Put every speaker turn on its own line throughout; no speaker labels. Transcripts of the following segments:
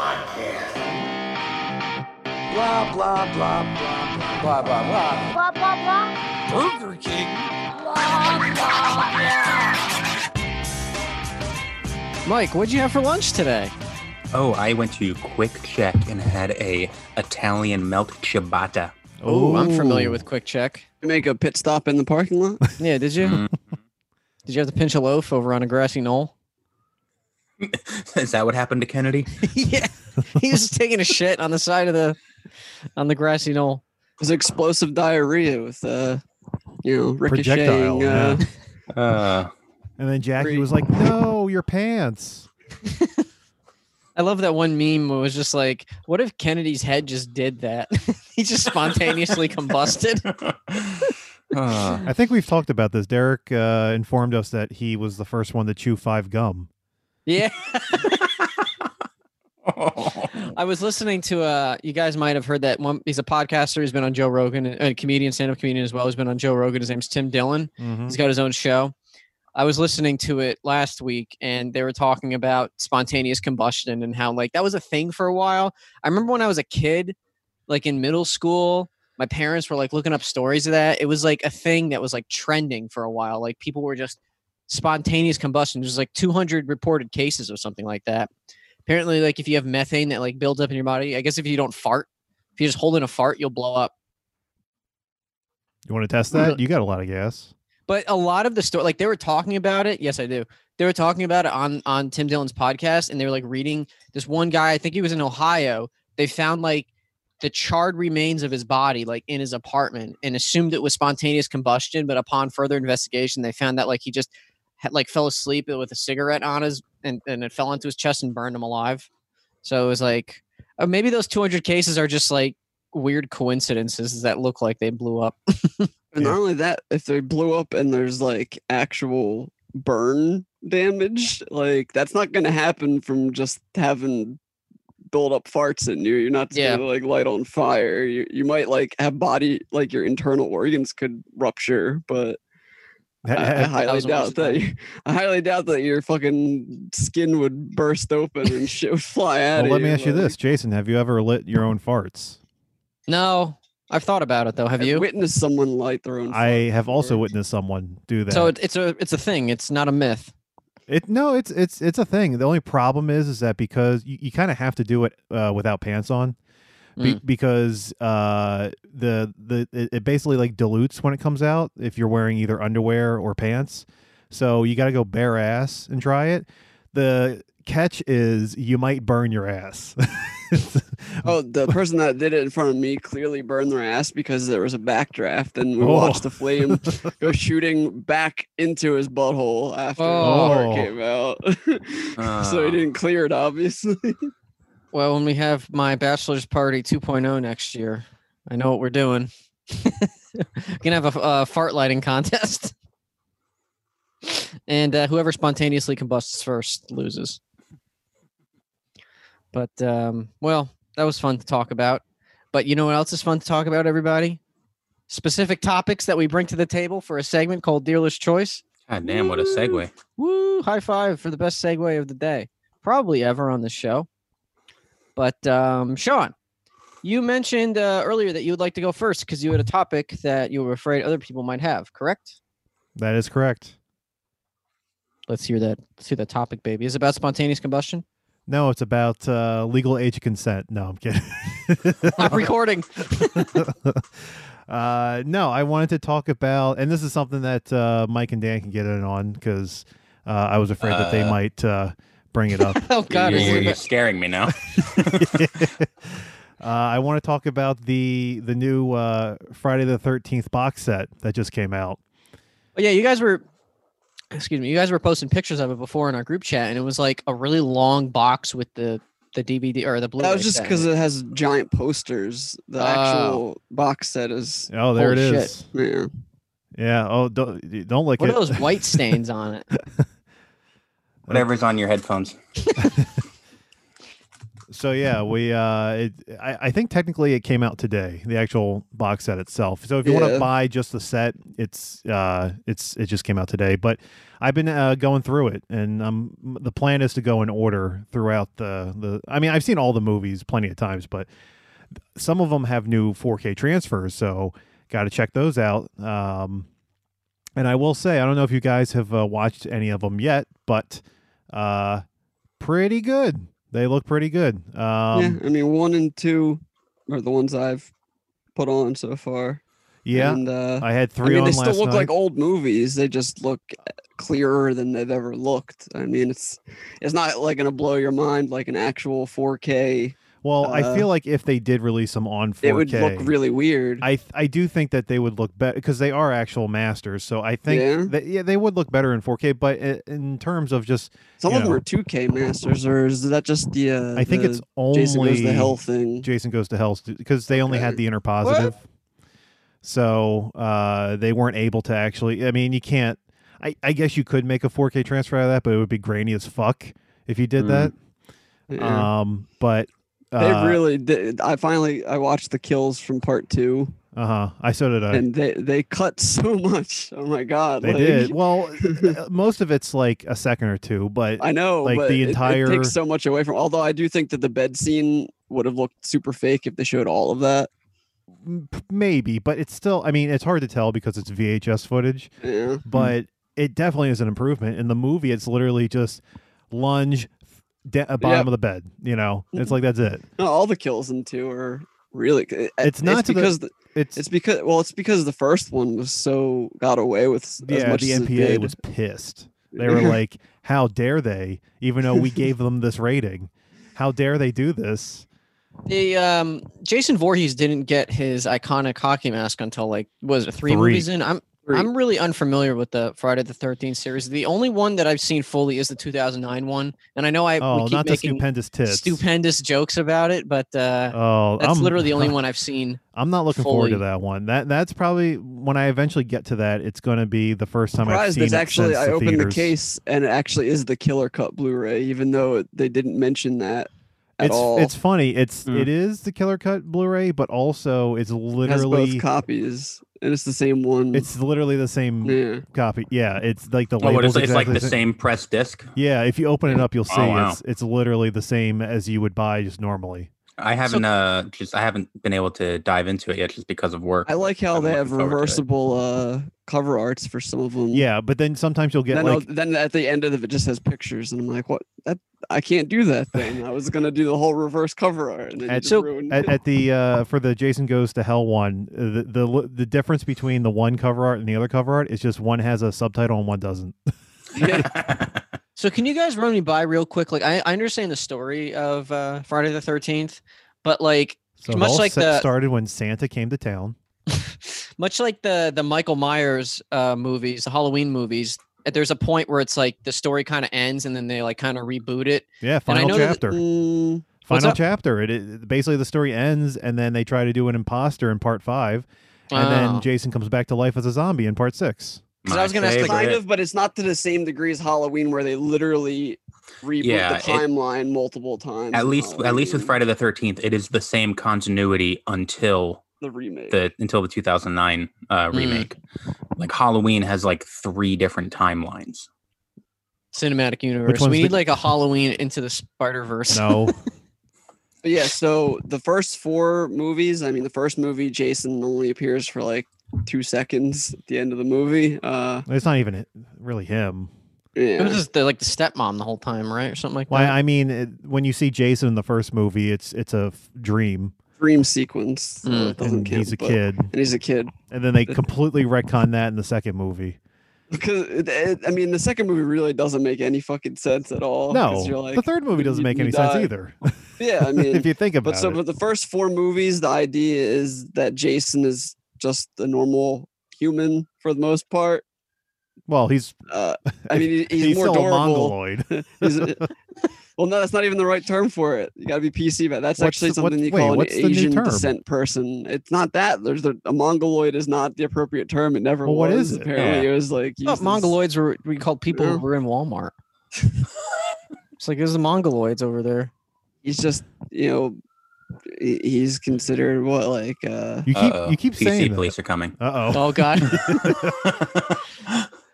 podcast. Blah, blah, blah, blah, blah, blah, blah, blah.
Blah, blah, blah.
Burger King.
Mike, what'd you have for lunch today?
Oh, I went to Quick Check and had a Italian melt ciabatta.
Oh, I'm familiar with Quick Check.
make a pit stop in the parking lot? Mm-hmm.
Yeah, did you?
Mm.
Did you have to pinch a loaf over on a grassy knoll?
Is that what happened to Kennedy?
yeah, he was taking a shit on the side of the on the grassy knoll.
It was explosive diarrhea with uh you know ricocheting
Projectile,
uh,
yeah.
Uh,
And then Jackie
Great.
was like, "No, your pants."
I love that one meme where it was just like, what if Kennedy's head just did that? he just spontaneously combusted.
uh,
I think we've talked about this. Derek uh, informed us that he was the first one to chew five gum.
Yeah. I was listening to uh you guys might have heard that one he's a podcaster, he's been on Joe Rogan, a comedian, stand-up comedian as well. He's been on Joe Rogan. His name's Tim Dillon.
Mm-hmm.
He's got his own show. I was listening to it last week and they were talking about spontaneous combustion and how like that was a thing for a while. I remember when I was a kid, like in middle school, my parents were like looking up stories of that. It was like a thing that was like trending for a while. Like people were just spontaneous combustion. There's like 200 reported cases or something like that. Apparently, like if you have methane that like builds up in your body, I guess if you don't fart, if you just hold in a fart, you'll blow up.
You want to test that? You got a lot of gas.
But a lot of the story, like they were talking about it. Yes, I do. They were talking about it on on Tim Dillon's podcast, and they were like reading this one guy. I think he was in Ohio. They found like the charred remains of his body, like in his apartment, and assumed it was spontaneous combustion. But upon further investigation, they found that like he just had, like fell asleep with a cigarette on his, and and it fell into his chest and burned him alive. So it was like, oh, maybe those two hundred cases are just like weird coincidences that look like they blew up.
and
Yeah.
not only that, if they blew up and there's like actual burn damage, like that's not gonna happen from just having build up farts in you. You're not just
Yeah.
gonna like light on fire. You you might like have body like your internal organs could rupture, but I, I highly
was worse
doubt
than
that. You, I highly doubt that your fucking skin would burst open and shit would fly out.
well,
of
let me ask you
like-
this, Jason: Have you ever lit your own farts?
No, I've thought about it though. Have
I've
you?
witnessed someone light their own?
I
fart
have also
before.
witnessed someone do that.
So it, it's a it's a thing. It's not a myth.
It no, it's it's it's a thing. The only problem is is that because you, you kind of have to do it uh, without pants on, be, because uh, the the it, it basically like dilutes when it comes out if you're wearing either underwear or pants. So you got to go bare ass and try it. The catch is you might burn your ass.
Oh, the person that did it in front of me clearly burned their ass because there was a backdraft, and we
Oh.
watched the flame go shooting back into his butthole after
Oh.
the fart came out. so he
Ah.
didn't clear it, obviously.
Well, when we have my bachelor's party 2.0 next year, I know what we're doing. Gonna have a, uh fart lighting contest, and uh, whoever spontaneously combusts first loses. But um, well, that was fun to talk about. But you know what else is fun to talk about, everybody? Specific topics that we bring to the table for a segment called Dealer's Choice.
God damn, what a segue.
Woo! High five for the best segue of the day, probably ever on the show. But um, Sean, you mentioned uh, earlier that you would like to go first because you had a topic that you were afraid other people might have. Correct?
that is correct.
Let's hear that. Let's hear that topic, baby. Is it about spontaneous combustion?
No, it's about uh, legal age of consent. No, I'm kidding.
I'm recording.
uh, no, I wanted to talk about, and this is something that uh, Mike and Dan can get in on because uh, I was afraid that they
Uh.
might uh, bring it up.
Oh God!
you're,
is
you're-
it
you're
about-
scaring me now.
uh, I want to talk about the the new uh, Friday the Thirteenth box set that just came out.
Oh, yeah, you guys were. Excuse me. You guys were posting pictures of it before in our group chat, and it was like a really long box with the the DVD or the blue.
that was just because it has giant posters. The
Oh.
actual box set is.
Oh, there
Holy
it
shit.
is.
Yeah.
Yeah. Oh, don't don't look
What are
at.
those white stains on it?
Whatever's on your headphones.
so yeah, we uh, it, I, I think technically it came out today, the actual box set itself. So if you want
Yeah.
to buy just the set, it's uh, it's it just came out today. But I've been uh, going through it, and um, the plan is to go in order throughout the the. I mean, I've seen all the movies plenty of times, but some of them have new 4K transfers, so got to check those out. Um, and I will say, I don't know if you guys have uh, watched any of them yet, but uh, pretty good. They look pretty good. Um,
yeah, I mean, one and two are the ones I've put on so far.
Yeah,
and uh,
I had
I
three
mean,
on
they
last
still look
night.
like old movies. They just look clearer than they've ever looked. I mean, it's it's not like gonna blow your mind like an actual 4K.
well, I
uh,
feel like if they did release them on 4K,
It would look really weird.
I th- I do think that they would look better because they are actual masters. So I think
Yeah.
that yeah they would look better in 4K. But i- in terms of just,
Some
you
of them
know.
are 2K masters, or is that just the? Uh,
I think
the
it's only
Jason goes to hell thing.
Jason Goes to Hell because they only had
Okay.
the inner positive. So uh, they weren't able to actually. I mean, you can't. I, I guess you could make a 4K transfer out of that, but it would be grainy as fuck if you did
Mm.
that.
Yeah.
Um, but uh,
they really did. I finally I watched the kills from part two,
uh huh. I so did I.
and they they cut so much. Oh my god,
they
like-
did well. uh, most of it's like a second or two, but
I know,
like,
but
the
it- it,
entire-
takes so much away from. Although I do think that the bed scene would have looked super fake if they showed all of that.
m- p- maybe. But it's still. I mean, it's hard to tell because it's VHS footage.
Yeah,
but it definitely is an improvement. In the movie, it's literally just lunge, de- uh, bottom
Yep.
of the bed. You know, it's like that's it.
no, all the kills in two are really. eh, It's,
It's not to the-
because the,
It's,
it's because well, it's because the first one was so got away with s- as
yeah,
much
the
as it
NPA
did.
was pissed. They were like, "How dare they?" Even though we gave them this rating, how dare they do this?
The um, Jason Voorhees didn't get his iconic hockey mask until like was it three,
Three.
movies in. I'm
Three.
I'm really unfamiliar with the Friday the Thirteenth series. The only one that I've seen fully is the 2009 one, and I know I we
Oh,
keep
not the
making
stupendous tits.
stupendous jokes about it, but uh,
Oh,
that's
I'm,
literally the only one I've seen.
I'm not looking forward to
fully-
that one. That that's probably when I eventually get to that. It's going to be the first time I've
surprised
seen
that
it
actually
since
I
the
opened
theaters.
the case and it actually is the Killer Cut Blu-ray, even though it- they didn't mention that at
it's
all.
it's funny. It's
Mm.
it is the killer cut Blu-ray, but also it's
It has
literally
both copies, and it's the same one.
it's literally the same
yeah.
copy. Yeah, it's like the
Oh, what
labels
is it? It's like
exactly
the same press disc.
Yeah, if you open it up, you'll see
wow.
it's it's literally the same as you would buy just normally.
I haven't uh just I haven't been able to dive into it yet just because of work.
I like how
I'm
they have
looking forward to it.
reversible uh, cover arts for some of them.
Yeah, but then sometimes you'll get
Mm. Then, I'll-
like
then at the end of it, it just has pictures, and I'm like, what? That I can't do that thing. I was gonna do the whole reverse cover art, and then you
At-
just
so-
ruined
at,
it.
at the uh, for the Jason Goes to Hell one, uh, the, the li- the difference between the one cover art and the other cover art is just one has a subtitle and one doesn't.
So can you guys run me by real quick? Like I, I understand the story of uh, Friday the Thirteenth, but like
So it
Much
all
like
set-
the-
started when Santa came to town.
much like the the Michael Myers uh, movies, the Halloween movies. uh, There's a point where it's like the story kind of ends, and then they like kind of reboot it.
Yeah,
And I
final
know that-
chapter.
Mm,
What's
final
up?
chapter. It, it- basically the story ends, and then they try to do an imposter in part five, and
Oh.
then Jason comes back to life as a zombie in part six.
'Cause I was gonna ask the
favorite.
kind of, but it's not to the same degree as Halloween, where they literally reboot
Yeah,
the
it-
timeline multiple times.
at
in
least at least with
Halloween,
Friday the Thirteenth, it is the same continuity until
the remake.
the until the 2009 uh,
Hmm.
Mm.
remake. Like Halloween has like three different timelines.
cinematic universe.
one's
We
the-
need like a Halloween into the Spider Verse.
No,
But yeah, so the first four movies, I mean, the first movie, Jason only appears for like two seconds at the end of the movie. Uh,
it's not even hi- really him.
It was
yeah.
just the, like the stepmom the whole time, right, or something like
Why?
that.
I mean, it, when you see Jason in the first movie, it's it's a f- dream,
Dream sequence.
Hmm.
so
Mm.
it doesn't
and
count,
he's a
but-
kid,
And he's a kid.
and then they completely retcon that in the second movie.
Because, it, it- I mean, the second movie really doesn't make any fucking sense at all. 'cause
no,
You're like,
the third movie doesn't
you-
make
you
any sense
die.
either.
yeah, I mean,
if you think about
but so,
it,
but the first four movies, the idea is that Jason is just a normal human for the most part.
well, he's
Uh, I mean, he- he's,
he's
more
still
adorable.
a mongoloid.
Is it- well, no, that's not even the right term for it. You got to be PC about. That's
What's
actually
the- what-
something you
wait,
call
what's the
an
new
Asian
term?
descent person. It's not that. There's a, a mongoloid is not the appropriate term. It never
Well,
was.
what is it?
Apparently, it was like
I
used
thought
as-
mongoloids were we called people
Yeah.
who were in Walmart. it's like there's the mongoloids over there.
he's just you know he- he's considered what like uh
You keep
Uh-oh.
you keep
PC
saying
police are coming.
Uh oh.
Oh God.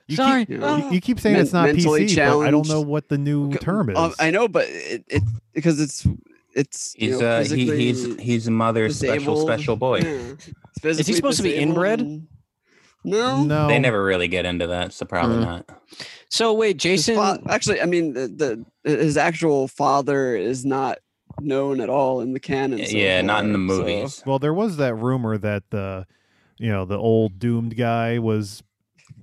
You
Sorry.
you know,
Keep, you, you keep saying
Men-
it's not
mentally
PC, but I don't know
challenged.
what the new
Okay,
term is.
um, I know, but it, it because it's it's you
He's
know,
uh, he,
physically-
he's he's mother's special
disabled. Hmm.
special boy.
Yeah. It's physically
supposed to be
disabled
inbred?
and- No,
no,
They never really get into that, so probably
Hmm.
Mm.
not.
So wait,
His
Jason.
fa- actually, I mean, the, the his actual father is not known at all in the canon. so
yeah, not in the
far, so-
movies.
Well, there was that rumor that the, you know, the old doomed guy was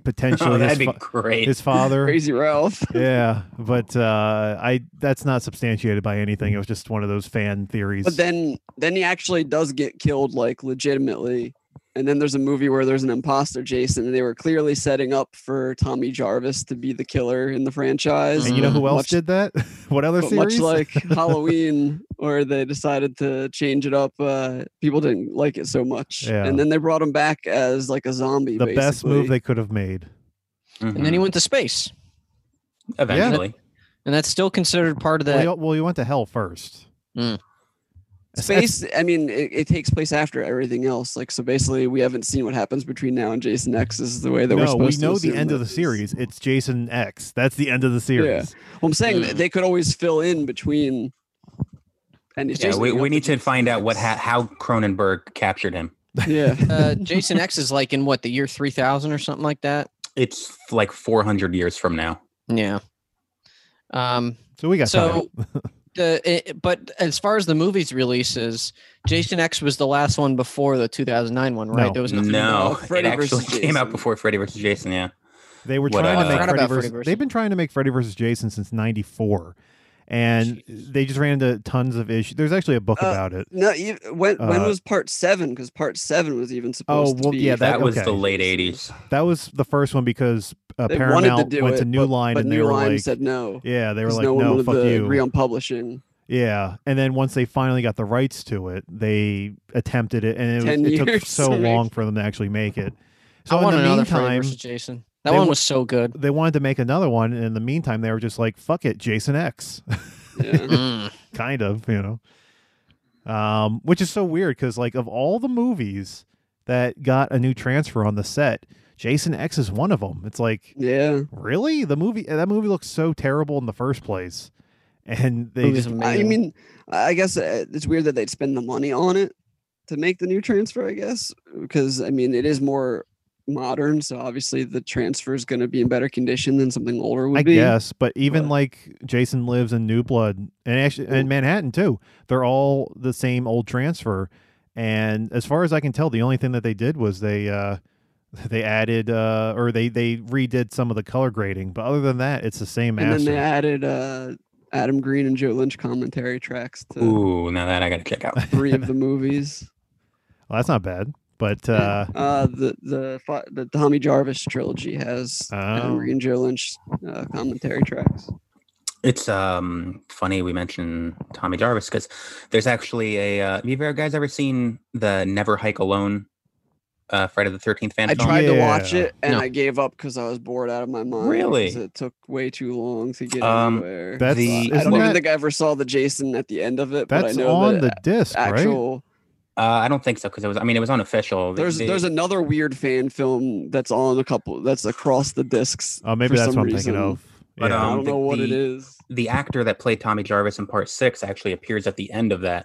oh,
potentially his,
that'd be
fa-
great.
his father.
Crazy Ralph.
yeah, but uh, I that's not substantiated by anything. It was just one of those fan theories.
But then then he actually does get killed like legitimately. And then there's a movie where there's an imposter Jason and they were clearly setting up for Tommy Jarvis to be the killer in the franchise.
and you know
Mm,
who else
much-
did that? what other
But much
series?
like Halloween where they decided to change it up, uh, people didn't like it so much.
Yeah.
And then they brought him back as like a zombie.
the best move
basically.
they could have made.
Mhm.
And then he went to space,
Eventually,
and that's still considered part of
Well
that.
you, well, you went to hell first.
Mm.
That's- that's-
Space, I mean, it, it takes place after everything else. Like, so basically, we haven't seen what happens between now and Jason X. This is the way that we're
no, we
supposed to
know the
assume
end
that
of the
this-
series. It's Jason X. That's the end of the series.
Well, I'm saying that
Mm.
they could always fill in between. And it's
yeah,
Jason
we, we
X.
need to find out what ha- how Cronenberg captured him.
Yeah,
Uh, Jason X is like in what the year three thousand or something like that.
It's like 400 years from now.
Yeah. Um.
So we got time.
so the it, but as far as the movies releases, Jason X was the last one before the 2009 one, right?
No.
There was nothing.
No,
about
it
Freddy
actually
versus
came out
Jason.
before Freddy vs. Jason. Yeah,
They were
What,
trying
uh,
to make
Forgot
Freddy
about
versus.
Freddy versus-
They've been trying to make Freddy versus Jason since '94, and they just ran into tons of issues. There's actually a book
Uh,
about it.
no. You, when when
Uh, was
was part seven? Because part seven was even supposed
well,
to be.
yeah,
that was
okay.
the late 80s.
That was the first one because uh,
They wanted to
Paramount
do
went to
it,
New Line
but
and they
New
were
Line
like,
said no.
"Yeah, they were
'cause
like,
no, one
no,
wanted
fuck
the
you."
Real publishing.
Yeah, and then once they finally got the rights to it, they attempted it, and it,
10
was, it took
years
so
to make.
long for them to actually make it.
I
So in
want
the
another Freddy
meantime,
versus Jason. That
they
one
wa-
was so good.
they wanted to make another one, and in the meantime, they were just like, "Fuck it, Jason X."
Yeah.
Mm.
kind of, you know. Um, which is so weird because like of all the movies that got a new transfer on the set, Jason X is one of them. It's like
yeah.
really the movie that movie looks so terrible in the first place, and they
Movie's
just
I
amazing.
mean, I guess uh, it's weird that they'd spend the money on it to make the new transfer. I guess because I mean it is more modern, so obviously the transfer is going to be in better condition than something older would
I
be.
guess, but even
but-
like Jason Lives and New Blood and actually and Manhattan too, they're all the same old transfer. And as far as I can tell, the only thing that they did was they uh they added uh or they they redid some of the color grading, but other than that, it's the same
and then
master.
they added uh, Adam Green and Joe Lynch commentary tracks to
Ooh, now that I gotta check out.
three of the movies.
well, that's not bad, but uh
Uh, the the fi- the Tommy Jarvis trilogy has
Oh.
Adam Green, Joe Lynch uh, commentary tracks.
It's um funny we mentioned Tommy Jarvis because there's actually a. Uh, have you ever- guys ever seen the Never Hike Alone? Uh, Friday the Thirteenth fan
I
film?
tried to watch
Yeah.
it and
No.
I gave up because I was bored out of my mind. 'cause
Really?
It took way too long to get
Um,
anywhere.
that's
the-
I
isn't
don't even
that,
think I ever saw the Jason at the end of it, but I
that's
know
on
that
the disc, right?
actual
Uh, I don't think so because it was. I mean, it was unofficial.
there's
They-
there's another weird fan film that's on a couple that's across the discs.
Oh, maybe
for
that's what
some
I'm thinking
reason.
of.
But,
I
yeah.
um,
don't know what it
the-
is.
the actor that played Tommy Jarvis in Part Six actually appears at the end of that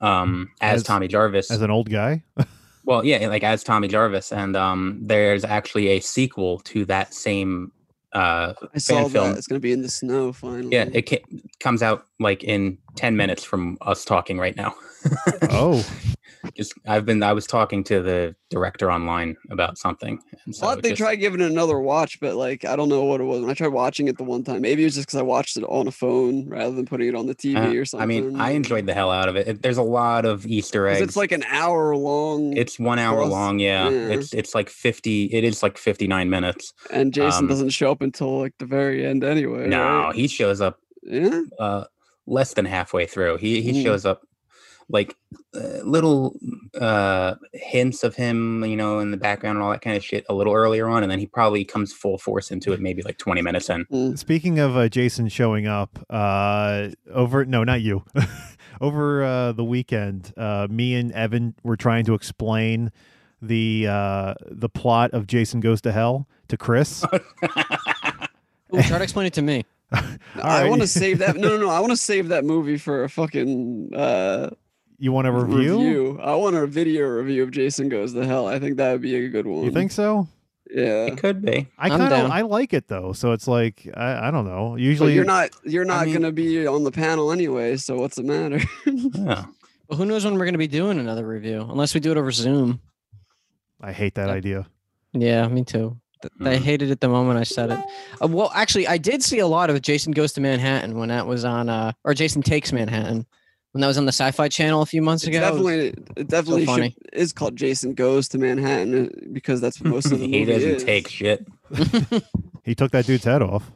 um as,
As-
Tommy Jarvis.
as an old guy.
well, yeah, like as Tommy Jarvis, and um there's actually a sequel to that same. Uh,
I saw
film.
that it's gonna be in the snow finally.
yeah, it ca- comes out like in ten minutes from us talking right now.
oh.
just I've been I was talking to the director online about something. And
I thought they
just-
tried giving it another watch, but like I don't know what it was. When I tried watching it the one time, maybe it was just because I watched it on a phone rather than putting it on the TV
Uh,
or something.
I mean, I enjoyed the hell out of it. It- There's a lot of Easter
'Cause
eggs.
it's like an hour long.
it's one hour
plus-
long. Yeah.
yeah.
it's it's like fifty. It is like fifty nine minutes.
And Jason
Um,
doesn't show up until like the very end anyway.
No,
right?
he shows up
Yeah.
uh, less than halfway through. He he
Mm.
shows up like uh, little uh, hints of him, you know, in the background and all that kind of shit a little earlier on, and then he probably comes full force into it maybe like twenty minutes in.
Speaking of uh, Jason showing up, uh, over no, not you. over uh, the weekend, uh, me and Evan were trying to explain the uh, the plot of Jason Goes to Hell to Chris.
Ooh, try to explain it to me.
I
Alright.
want to save that. No, no, no. I want to save that movie for a fucking uh,
You want a review?
I want a video review of Jason Goes to Hell. I think that would be a good one.
You think so?
Yeah.
it could be.
I
I'm
kind of
down.
I like it though, so it's like I, I don't know.
But
Usually
you're not. You're not
mean-
gonna be on the panel anyway. So what's the matter?
Yeah.
But who knows when we're going to be doing another review? Unless we do it over Zoom.
I hate that idea.
Yeah, me too. Th-
Mm.
I
Mhm.
hated it the moment I said it. Uh, well, actually, I did see a lot of Jason Goes to Manhattan when that was on, uh, or Jason Takes Manhattan when that was on the Sci-Fi Channel a few months
It's
ago.
definitely, it definitely should,
funny.
is called Jason Goes to Manhattan uh, because that's what most of the
he
movie
doesn't
is.
take shit.
He took that dude's head off.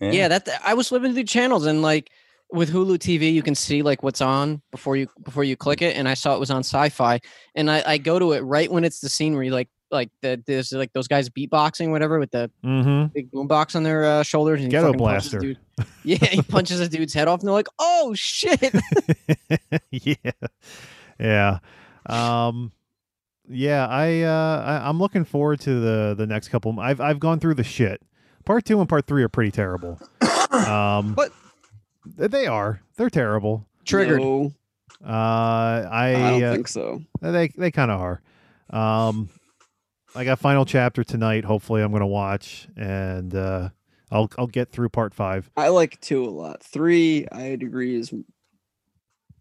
yeah, that I was flipping through channels and like with Hulu TV, you can see like what's on before you before you click it. And I saw it was on Sci-Fi, and I, I go to it right when it's the scene where you like like the there's like those guys beatboxing whatever with the
Mm-hmm.
big boombox on their uh, shoulders and he
Ghetto
fucking punches
blaster.
a dude- Yeah, he punches a dude's head off, and they're like, "Oh shit!"
yeah, yeah, um, yeah. I, uh, I I'm looking forward to the the next couple. I've I've gone through the shit. Part two and part three are pretty terrible. Um,
But-
th- they are they're terrible.
Triggered.
No,
Uh, I,
I don't
uh,
think so.
they they kind of are. Um, I got final chapter tonight. Hopefully, I'm gonna watch and uh, I'll I'll get through part five.
I like two a lot. Three, I agree is,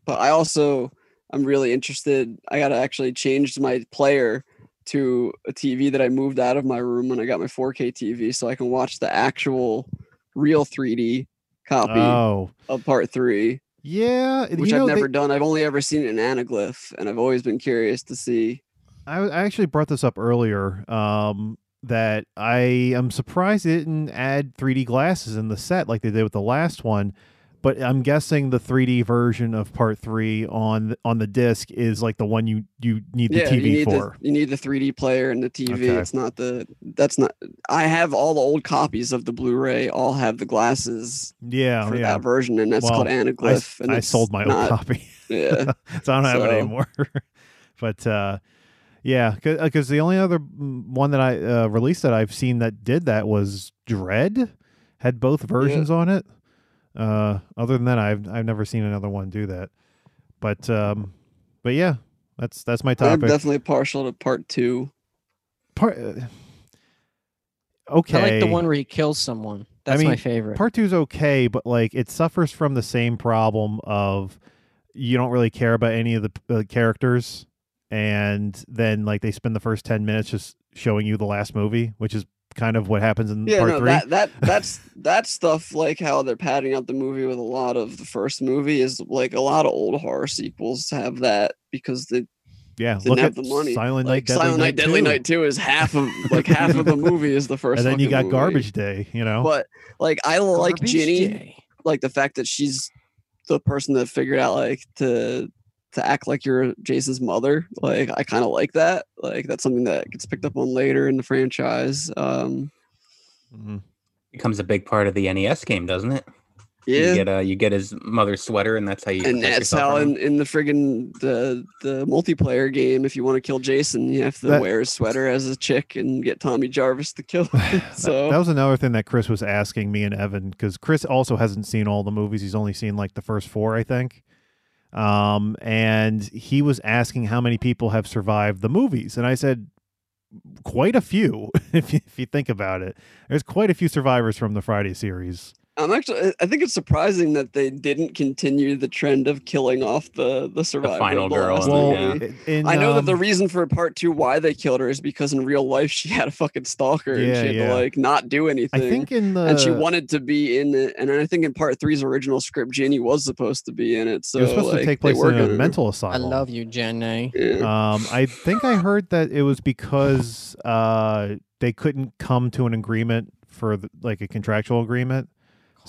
but I also I'm really interested. I gotta actually change my player to a TV that I moved out of my room when I got my 4K TV, so I can watch the actual real 3D copy
Oh
of Part Three,
yeah,
which
you know,
I've
they-
never done. I've only ever seen it in anaglyph, and I've always been curious to see.
I, I actually brought this up earlier um, that I am surprised they didn't add 3D glasses in the set like they did with the last one. But I'm guessing the 3D version of Part Three on th- on the disc is like the one you you need the
yeah,
TV
you need
for.
the you need the 3D player and the TV.
Okay.
It's not the that's not. I have all the old copies of the Blu-ray. All have the glasses
yeah,
for
Oh, yeah.
that version, and that's called
Well, I, s-
Anaglyph. and
I
it's
sold my old
not-
copy,
Yeah,
so I don't have
So-
it anymore. but uh, yeah, because the only other mm, one that I uh, released that I've seen that did that was Dread, had both versions on it. Uh, other than that, I've I've never seen another one do that. But um, but yeah, that's that's my
I'm
topic.
definitely partial to part two.
Part, uh, okay,
I like the one where he kills someone. That's
mean,
my favorite.
part two is okay, but like it suffers from the same problem of you don't really care about any of the uh, characters, and then like they spend the first ten minutes just showing you the last movie, which is kind of what happens in
Yeah,
Mm, part
no,
three.
that that that's that stuff like how they're padding out the movie with a lot of the first movie is like a lot of old horror sequels have that because they
yeah,
didn't
look
have
at
the money.
Silent Night,
like
Deadly
Silent Night,
Night,
Deadly
2,
Night Two is half of like half of the movie is the first,
and then you
fucking
got
movie.
Garbage Day. You know,
But like I like
Garbage
Ginny.
Day.
like the fact that she's the person that figured out like to to act like you're Jason's mother. Like I kind of like that. Like that's something that gets picked up on later in the franchise. Um
Mhm.
becomes a big part of the NES game, doesn't it? You
yeah.
get uh, you get his mother's sweater, and that's how you.
And
protect
that's
yourself
how
from
in, in the friggin' the the multiplayer game, if you want to kill Jason, you have to
That-
wear his sweater as a chick and get Tommy Jarvis to kill him.
That-
so
that was another thing that Chris was asking me and Evan because Chris also hasn't seen all the movies. He's only seen like the first four, I think. Um, and he was asking how many people have survived the movies, and I said quite a few. If you, if you think about it, there's quite a few survivors from the Friday series.
I'm actually I- I think it's surprising that they didn't continue the trend of killing off the the survivor. of
final
the
girl
last
in the-
movie.
yeah.
in,
I know that
um,
the reason for part two why they killed her is because in real life she had a fucking stalker and
Yeah,
she had
yeah.
to like not do
I
anything.
think uh, in the
and she wanted to be in it. And I think in part three's original script, Ginny was supposed to be in it. So
it was supposed
like,
to take
they
place
were
in a
gonna-
mental
I
asylum.
love you, Jenny.
Yeah.
Um, I think I heard that it was because uh, they couldn't come to an agreement for the, like a contractual agreement.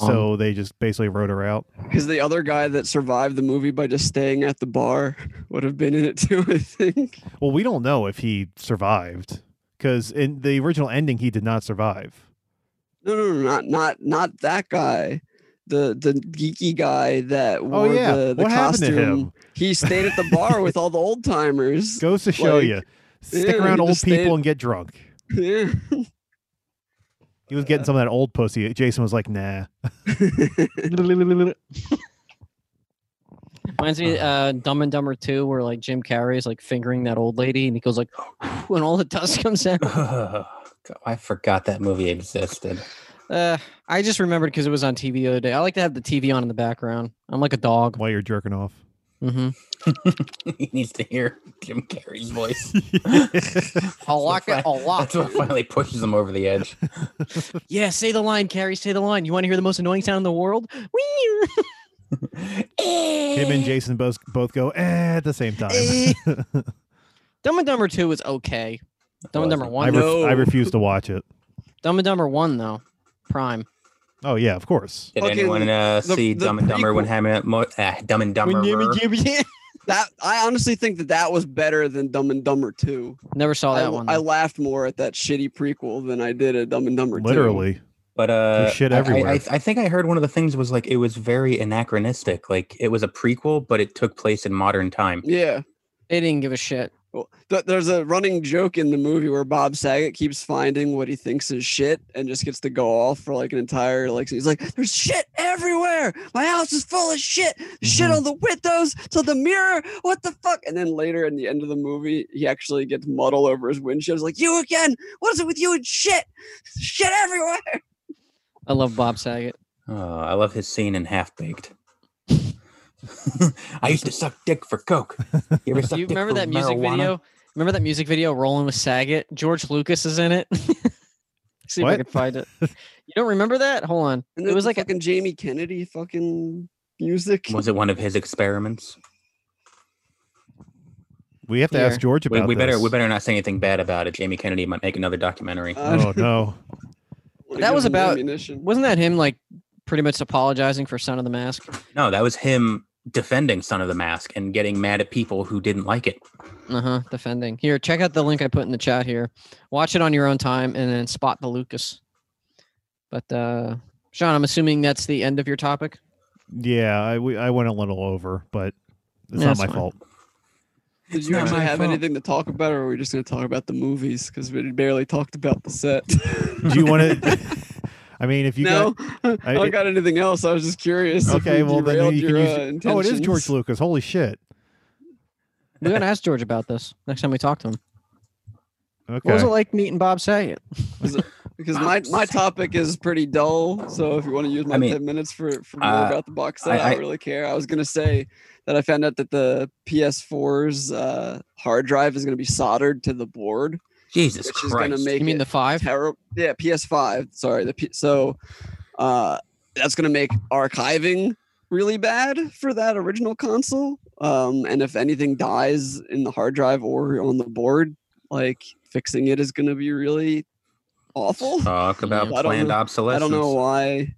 Um.
so they just basically wrote her out.
Because the other guy that survived the movie by just staying at the bar would have been in it too, I think.
Well, we don't know if he survived because in the original ending, he did not survive.
No, no, no, not not not that guy. The the geeky guy that wore
Oh, yeah.
the, the
What happened to
costume.
him?
He stayed at the bar with all the old timers.
Goes to show
Like,
you, stick
yeah,
around
he
old people
just stayed-
and get drunk.
Yeah.
He was getting some of that old pussy. Jason was like, "Nah."
Reminds me uh Dumb and Dumber 2 where like Jim Carrey is like fingering that old lady and he goes like when all the dust comes out.
God, I forgot that movie existed.
Uh I just remembered because it was on TV the other day. I like to have the TV on in the background. I'm like a dog.
While you're jerking off,
Mm-hmm.
he needs to hear Jim Carrey's voice.
I like it a
That's
lot.
what finally pushes him over the edge.
Yeah, say the line, Carrie, say the line. You want to hear the most annoying sound in the world? Wee!
Eh.
him and Jason both both go eh, at the same time.
Dumb and Dumber 2 is okay. Dumb and Dumber
I,
1.
ref-
though.
I refuse to watch it.
Dumb and Dumber 1 though. Prime.
Oh yeah, of course.
Did
Fucking
anyone uh,
the-
see
the
Dumb and Dumber when having a mo- uh, Dumb and Dumber?
That I honestly think that that was better than Dumb and Dumber 2.
Never
Oh,
saw
I,
that one.
I
though.
laughed more at that shitty prequel than I did at Dumb and Dumber 2.
Literally,
But uh,
There's shit
I- I-
everywhere.
I, I, think I heard one of the things was like it was very anachronistic. Like it was a prequel, but it took place in modern time.
Yeah.
they didn't give a shit.
Well, th- there's a running joke in the movie where Bob Saget keeps finding what he thinks is shit and just gets to go off for like an entire like he's like, "There's shit everywhere. My house is full of shit. Shit
Mm-hmm.
Mhm.
on the windows, to the mirror. What the fuck?" And then later in the end of the movie, he actually gets muddled over his windshield. He's like, "You again? What is it with you and shit? Shit everywhere."
I love Bob Saget.
Oh, I love his scene in Half Baked. I used to suck dick for coke. You ever suck
Do you
dick
remember
for
that music
marijuana?
video? Remember that music video Rolling with Saget? George Lucas is in it. See if
What?
I can find it. You don't remember that? Hold on.
And
It
then
was
the
like a-
fucking Jamie Kennedy fucking music.
Was it one of his experiments?
we have to
Here.
ask George
We,
about.
we better
this.
we better not say anything bad about it. Jamie Kennedy might make another documentary.
Uh,
Oh no.
Wanna
That
give
was
him
about-
ammunition.
Wasn't that him like pretty much apologizing for Son of the Mask?
no, that was him defending Son of the Mask and getting mad at people who didn't like it.
Uh-huh. Defending. Here, check out the link I put in the chat here. Watch it on your own time and then spot the Lucas. But uh Sean, I'm assuming that's the end of your topic.
Yeah, I we, I went a little over, but it's
Yeah,
not
it's
my
fine.
fault.
Did
It's
you
not
actually
my
have
fault.
anything to talk about, or are we just going to talk about the movies? Because we barely talked about the set.
Do you want to? I mean, if you
no,
got
I,
I-
don't got anything else. I was just curious. if
okay,
we
well then
derailed
you can
your,
use.
uh,
oh, it is
intentions.
George Lucas. Holy shit.
We're gonna ask George about this next time we talk to him. What
Okay.
was it like meeting Bob Saget?
Because my, my topic is pretty dull. So if you want to use my
mean,
ten minutes for, for more
uh,
about the box set, I,
I- I-
don't really care. I was going to say that I found out that the PS4's uh, hard drive is going to be soldered to the board,
Jesus
which is going to
Christ.
make
You mean
it
the five?
terrible. Yeah, PS5. Sorry, the P- so uh, that's gonna make archiving really bad for that original console. Um, and if anything dies in the hard drive or on the board, like fixing it is gonna be really awful.
Talk about
I don't
planned
know- I
obsolescence.
don't know why.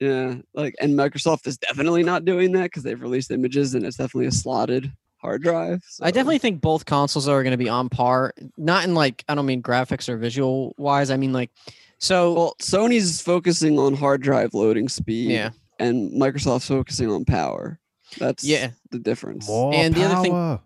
Yeah, like and Microsoft is definitely not doing that because they've released images and it's definitely a slotted hard drive. so-
I definitely think both consoles are going to be on par. Not in like I don't mean graphics or visual wise. I mean like so
well, Sony's focusing on hard drive loading speed.
yeah
and Microsoft's focusing on power. That's
yeah.
the difference.
More
And the other thing-
power.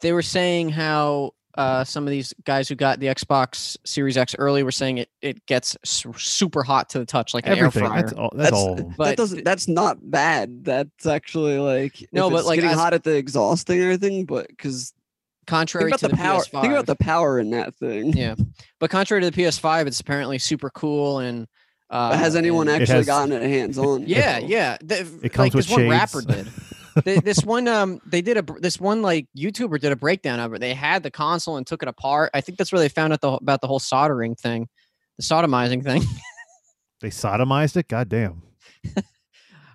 They were saying how uh, some of these guys who got the Xbox Series X early were saying it it gets su- super hot to the touch like an
everything.
air fryer.
That's all. That's,
That's-
all. of 'em.
that
but
doesn't. That's not bad. That's actually like
No,
if
but,
it's
like,
getting
as-
hot at the exhaust thing and everything. But because think
contrary
about
to
the,
the,
power.
PS5,
Think about the power in that thing.
yeah. But contrary to the PS5, it's apparently super cool and. Uh,
But has anyone
and-
actually
has-
gotten it hands on?
Yeah, yeah. The-
It comes
like
with
this one rapper
shades.
did. Th- this one um they did a br- this one like youtuber did a breakdown of it they had the console and took it apart i think that's where they found out the, wh- about the whole soldering thing the sodomizing thing
They sodomized it. God damn.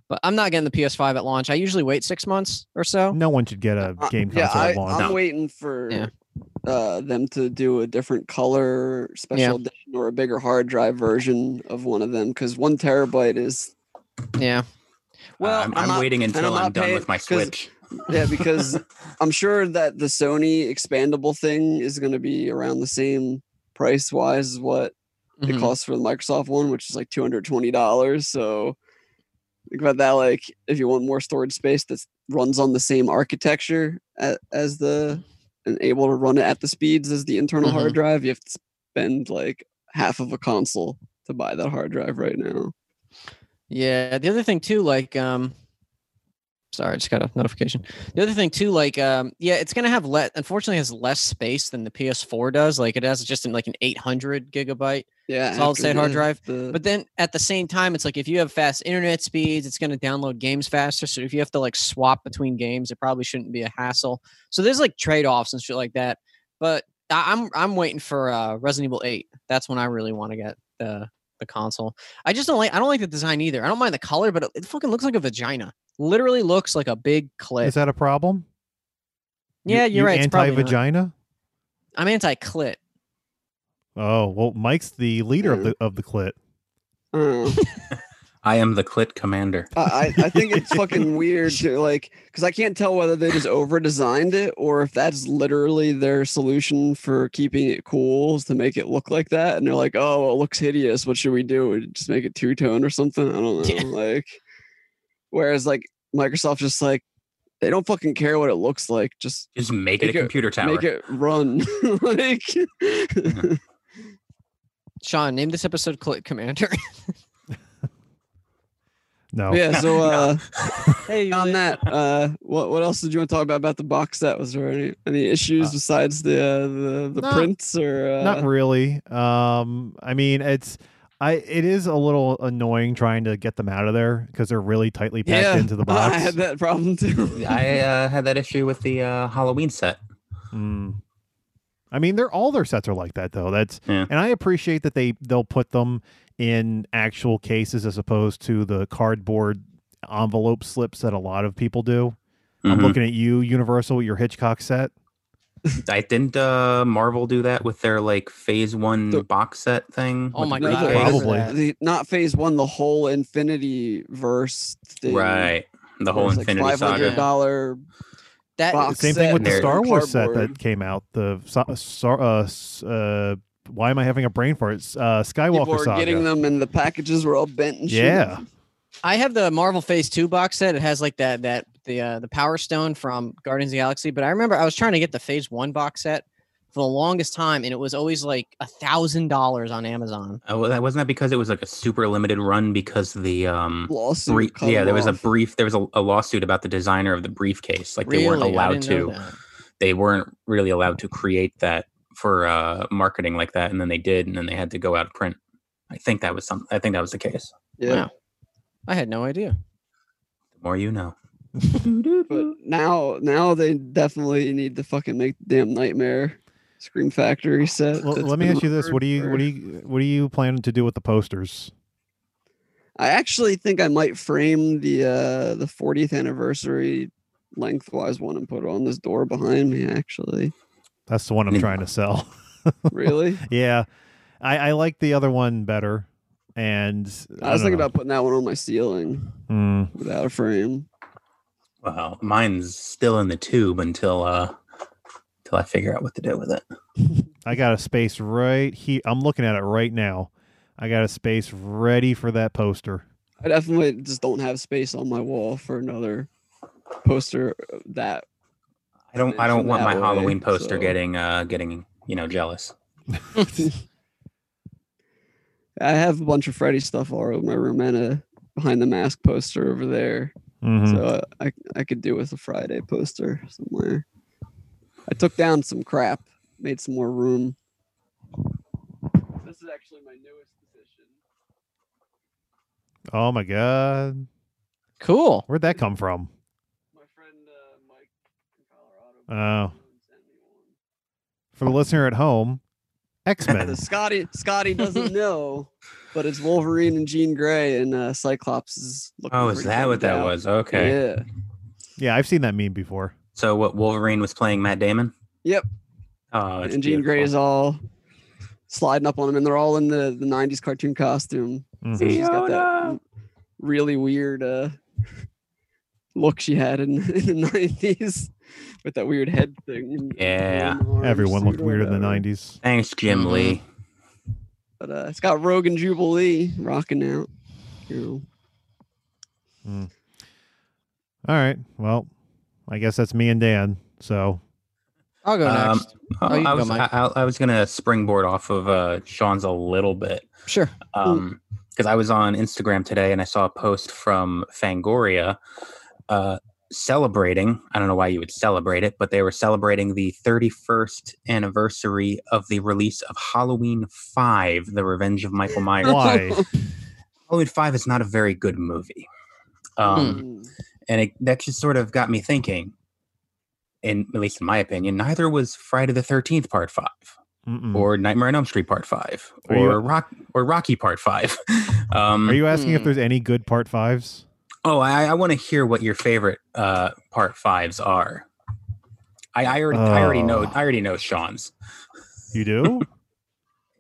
but i'm not getting the ps5 at launch i usually wait six months or so
No one should get a
Uh,
game console
yeah, I,
at launch.
I'm
No.
waiting for
Yeah.
uh, them to do a different color special
Yeah.
edition or a bigger hard drive version of one of them because one terabyte is
Mm-hmm.
Yeah.
Well,
I'm,
I'm
I'm
not-
waiting
I'm
until I'm,
not
done
paying-
with my
'cause-
Switch.
yeah, because I'm sure that the Sony expandable thing is going to be around the same price wise as what it
Mhm.
costs for the Microsoft one, which is like two hundred twenty dollars. So think about that. Like, if you want more storage space that runs on the same architecture as, as the and able to run it at the speeds as the internal
Mm-hmm.
hard drive, you have to spend like half of a console to buy that hard drive right now.
Yeah. The other thing too, like, um, sorry, I just got a notification. The other thing too, like, um, yeah, it's gonna have let. Unfortunately, it has less space than the PS4 does. Like, it has just an, like an 800 gigabyte
Yeah,
Solid
after
state hard
the-
drive,
the-
But then at the same time, it's like if you have fast internet speeds, it's going to download games faster. So if you have to like swap between games, it probably shouldn't be a hassle. So there's like trade offs and shit like that. But I- I'm I'm waiting for uh, Resident Evil Eight. That's when I really want to get the the console. I just don't like I don't like the design either. I don't mind the color, but it, it fucking looks like a vagina. Literally looks like a big clit.
Is that a problem? You-
yeah, you're
you
right. It's probably not.
Anti-vagina.
I'm anti clit.
Oh well, Mike's the leader of
Yeah.
the of the clit.
Oh.
I am the clit commander.
I, I I think it's fucking weird to like because I can't tell whether they just over designed it or if that's literally their solution for keeping it cool is to make it look like that. And they're like, oh, it looks hideous. What should we do? We just make it two tone or something. I don't know.
Yeah.
Like, whereas like Microsoft just like they don't fucking care what it looks like. Just
Just make it
Make
a
it-
computer tower.
make it run. like,
Sean, name this episode Clit Commander.
No.
yeah. So uh,
hey,
on that, uh, what what else did you want to talk about about the box set? Was there any any issues
Uh,
besides the uh, the, the
not-
prints or uh,
Not really. Um, I mean, it's I. It is a little annoying trying to get them out of there because they're really tightly packed
yeah,
into the box.
I had that problem too.
I uh, had that issue with the uh, Halloween set.
Mm. I mean, they're all their sets are like that though. That's
Yeah.
and I appreciate that they they'll put them in actual cases as opposed to the cardboard envelope slips that a lot of people do. I'm
Mm-hmm.
Mhm.
looking at you, Universal, with your Hitchcock set.
I didn't uh, Marvel do that with their like Phase One
The-
box set thing.
Oh
with
my
the
No,
god,
the-
briefcase?
Probably.
the, not phase one, the whole Infinity Verse thing,
Right. The whole
where it's
Infinity
like
Saga.
dollar
that
box
Same thing
set
with the
They're-
Star Wars set
cardboard.
that came out. The so- so- uh, s- uh, why am I having a brain fart? It's,
People
Uh, Skywalker
were
saga.
getting them, and the packages were all bent and shit.
Yeah.
I have the Marvel Phase Two box set. It has like that that the uh, the Power Stone from Guardians of the Galaxy. But I remember I was trying to get the Phase One box set for the longest time, and it was always like a thousand dollars on Amazon.
Oh, that wasn't that because it was like a super limited run because the um
lawsuit.
brief,
cut
yeah
them
there was a
off.
brief there was a, a lawsuit about the designer of the briefcase like they weren't
Really? I
allowed
didn't know
to
that.
they weren't really allowed to create that for uh marketing like that and then they did and then they had to go out of print. I think that was some I think that was the case.
Yeah.
Wow. I had no idea.
The more you know.
But now, now they definitely need to fucking make the damn nightmare Scream Factory set.
Well,
that's
let me
been
ask you this:
rumored
What do you
for-
what do you what do you plan to do with the posters?
I actually think I might frame the uh the 40th anniversary lengthwise one and put it on this door behind me. Actually,
That's the one I'm
Mm.
trying to sell.
really,
yeah, I, I like the other one better. And
I was
don't
thinking
know.
about putting that one on my ceiling
Hmm.
without a frame.
Wow, mine's still in the tube until uh until I figure out what to do with it.
I got a space right here. I'm looking at it right now. I got a space ready for that poster.
I definitely just don't have space on my wall for another poster of that.
I don't I
It's
don't
in
want
that
my
way,
Halloween poster
so-
getting uh getting you know jealous.
I have a bunch of Freddy stuff all over my room and a behind the mask poster over there.
Mhm.
So uh, I I could do with a Friday poster somewhere. I took down some crap, made some more room. This is actually my newest position.
Oh my god,
Cool.
where'd that come from?
My friend uh, Mike in
Colorado
Colorado.
For the listener at home, X Men.
Scotty Scotty doesn't know, but it's Wolverine and Jean Grey and uh, Cyclops is looking.
Oh, is
for
that what that
Jean
was?
Grey.
Okay.
Yeah.
yeah, I've seen that meme before.
So what Wolverine was playing Matt Damon?
Yep.
Oh, it's
and Jean Grey is
beautiful.
all sliding up on him, and they're all in the, the '90s cartoon costume.
Mhm.
So she's got that. really weird uh look she had in, in the 90s with that weird head thing and
Yeah.
long arms
Everyone looked
or
weird in the
whatever.
'90s.
Thanks, Jim
Mhm.
Lee.
but uh it's got rogue and jubilee rocking out you know
All right. Well, I guess that's me and Dan. So
I'll go
Um,
next. Oh,
I,
you can
I
go,
was I,
Mike.
I- I was gonna springboard off of uh, Sean's a little bit
Sure.
um because i was on instagram today and i saw a post from fangoria uh celebrating i don't know why you would celebrate it but they were celebrating the 31st anniversary of the release of halloween 5 the revenge of michael myers
why?
halloween 5 is not a very good movie um
Hmm.
Mm.
and it, that just sort of got me thinking in at least in my opinion neither was friday the 13th part 5
Mm-mm.
or Nightmare on Elm Street Part Five,
Hmm. Are
or
you-
Rock or Rocky Part Five. Um,
Are you asking if
Hmm.
there's any good part fives?
oh, I, I want to hear what your favorite uh, Part Fives are. I, I already, I already know,
Oh.
I already know Sean's.
You do?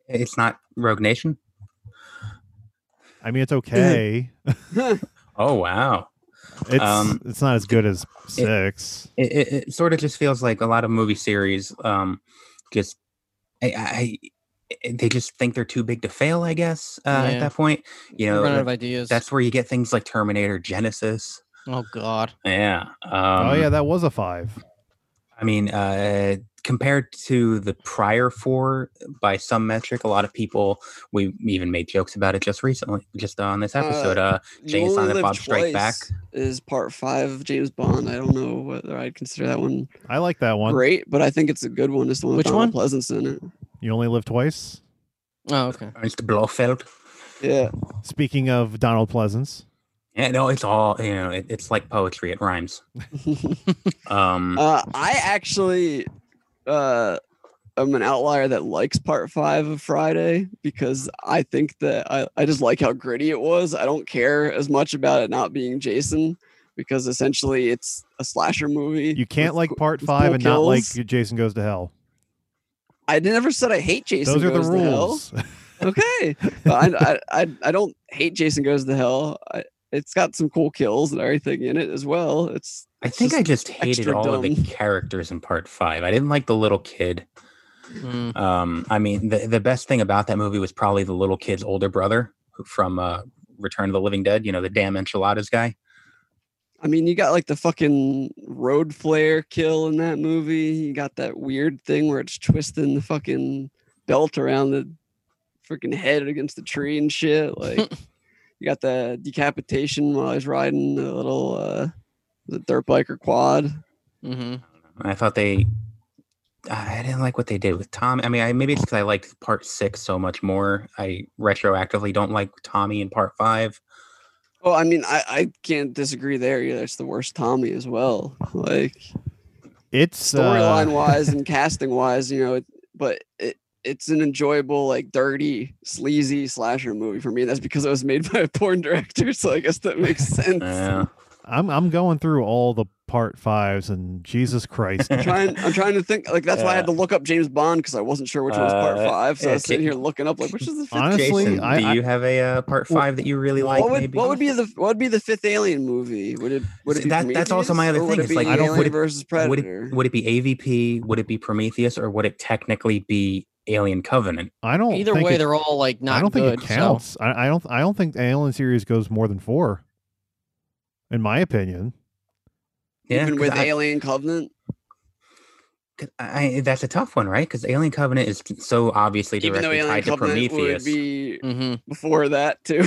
It's not Rogue Nation.
I mean, it's okay.
Hmm.
Oh wow!
It's
Um,
it's not as good as six.
It, it, it sort of just feels like a lot of movie series. Um, just I, I, they just think they're too big to fail. I guess uh,
Yeah.
at that point, you know,
run out
that-
of ideas.
that's where you get things like Terminator Genesis.
oh god.
Yeah. Um,
oh yeah, that was a five.
I mean, uh, compared to the prior four, by some metric, a lot of people we even made jokes about it just recently, just on this episode. Uh,
You
James
Only
Silent
Live
Bob Strike Back.
Twice is part five of James Bond. I don't know whether I'd consider that one
I like that one.
great, but I think it's a good one. It's the one with
Which
Donald
one?
Pleasance in it.
You only live twice.
Oh okay.
Ernst Blofeld.
Yeah,
Speaking of Donald Pleasance,
Yeah, no, it's all you know. It, it's like poetry; it rhymes. Um,
uh, I actually uh, am an outlier that likes part five of Friday because I think that I, I just like how gritty it was. I don't care as much about it not being Jason because essentially it's a slasher movie.
you can't
with
like
co-
part
with
five
cool
and not like
kills.
Jason Goes to Hell.
I never said I hate Jason.
Those are the
Goes to Hell.
rules.
okay. But I, I, I, I don't hate Jason Goes to Hell. I, it's got some cool kills and everything in it as well. It's
I think I just hated
extra
all of the
dumb.
characters in Part Five. I didn't like the little kid.
Mm.
Um, I mean, the the best thing about that movie was probably the little kid's older brother who- from uh, Return of the Living Dead. You know, the damn enchiladas guy.
I mean, you got like the fucking road flare kill in that movie. You got that weird thing where it's twisting the fucking belt around the freaking head against the tree and shit. Like you got the decapitation while he's riding the little uh the dirt bike or quad.
hmm
I thought they. I didn't like what they did with Tom. I mean, I, maybe it's because I liked part six so much more. I retroactively don't like Tommy in part five.
Oh, I mean, I, I can't disagree there. Yeah, it's the worst Tommy as well. Like
It's uh,
storyline wise and casting wise, you know, it, but it it's an enjoyable, like dirty, sleazy slasher movie for me. That's because it was made by a porn director, so I guess that makes sense.
Yeah.
I'm I'm going through all the part fives and Jesus Christ.
I'm trying, I'm trying to think. Like that's why I had
Yeah.
to look up James Bond because I wasn't sure which one was part
Uh,
five. So I
yeah,
was sitting
Jake-
here looking up, like, which is the fifth?
Honestly,
Jason,
I-
do
I-
you have a uh, part
Well,
five that you really like?
what would
maybe?
what would be the what would be the fifth Alien movie? Would it would it
See,
be
that- that's also my
Prometheus,
other
or would
thing,
it
it's
be
like,
I don't-
Alien
would it-
versus
Would
Predator.
it, would it be AVP? Would it be Prometheus? Or would it technically be Alien Covenant?
I don't.
Either
think
way,
it-
they're all like not
I don't
good.
think it counts. I, I don't. I don't think the Alien series goes more than four. In my opinion,
Yeah,
Even
'cause
with
I-
Alien Covenant,
'cause I, that's a tough one, right? Because Alien Covenant is so obviously
even though
directly
Alien
tied to
Covenant would
Prometheus.
be
So. hmm
before that too.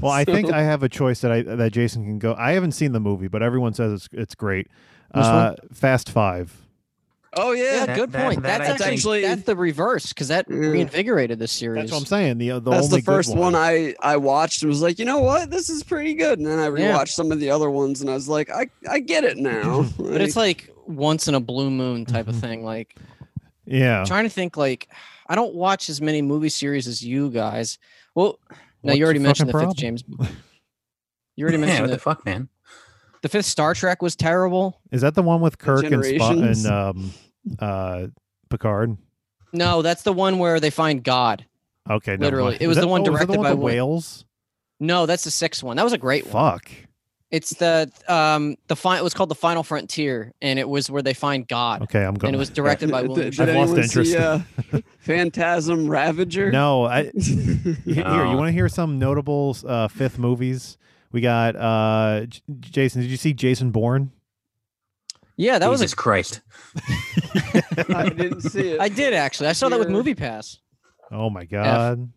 well, I think
So-
I have a choice that I that Jason can go. I haven't seen the movie, but everyone says it's it's great.
Which
uh, Fast Five.
Oh
Yeah,
yeah,
That-
good
that-
point.
that
that's
I
actually,
think-
that's the reverse because that
Yeah.
reinvigorated the series.
That's what I'm saying. The the
that's
only
the first
good
one. I I watched and was like, you know what, this is pretty good. And then I
Yeah.
rewatched some of the other ones and I was like, I I get it now.
But it's like once in a blue moon type of thing. Like
Mm-hmm. Yeah.
trying to think like I don't watch as many movie series as you guys. Well, now
What's
you already
your
mentioned the
fucking
fifth James. You
yeah,
already mentioned
what the
the,
fuck, man?
the fifth Star Trek was terrible.
Is that the one with Kirk and Spot and
Generations.
um uh Picard?
No, that's the one where they find God.
Okay, never
Literally.
mind.
It was
Is
the one
oh, is that
directed
the one
by
with the
Wi-
whales.
No, that's the sixth one. That was a great one.
Fuck.
It's the um the final. It was called the Final Frontier, and it was where they find God,
Okay, I'm
and
going.
it was directed by
Did-
William.
did
Shatner.
I've lost
anyone See, uh,
interest.
Phantasm Ravager.
no, I, Here, here, you
No.
want to hear some notable uh, fifth movies? We got uh, J- Jason. Did you see Jason Bourne?
Yeah, that was a.
Jesus Christ.
I didn't see it.
I did actually. I saw that with
Here.
Movie Pass.
Oh my god,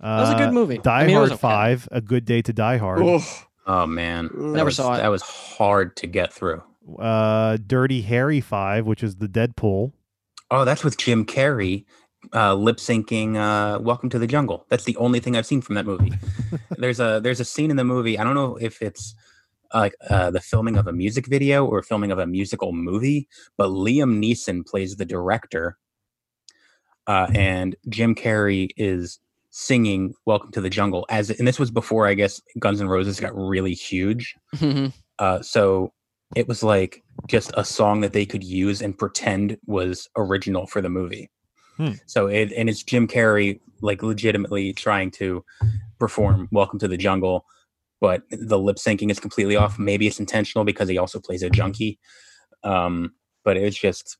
That was a
Uh,
good movie.
Die
I mean, it was
Hard
okay.
Five, A Good Day to Die Hard,
Oh,
Oh man, That
Never
was-
saw it.
That was hard to get through.
uh, Dirty Harry Five, which is the Deadpool.
Oh, that's with Jim Carrey, uh, lip syncing uh, "Welcome to the Jungle." That's the only thing I've seen from that movie. there's a there's a scene in the movie. I don't know if it's like uh, the filming of a music video or filming of a musical movie, but Liam Neeson plays the director, uh, and Jim Carrey is singing "Welcome to the Jungle." As and this was before I guess Guns N' Roses got really huge.
Mhm.
Uh, so it was like just a song that they could use and pretend was original for the movie.
Hmm.
So it and it's Jim Carrey like legitimately trying to perform "Welcome to the Jungle," but the lip syncing is completely off. Maybe it's intentional because he also plays a junkie. Um, but it's just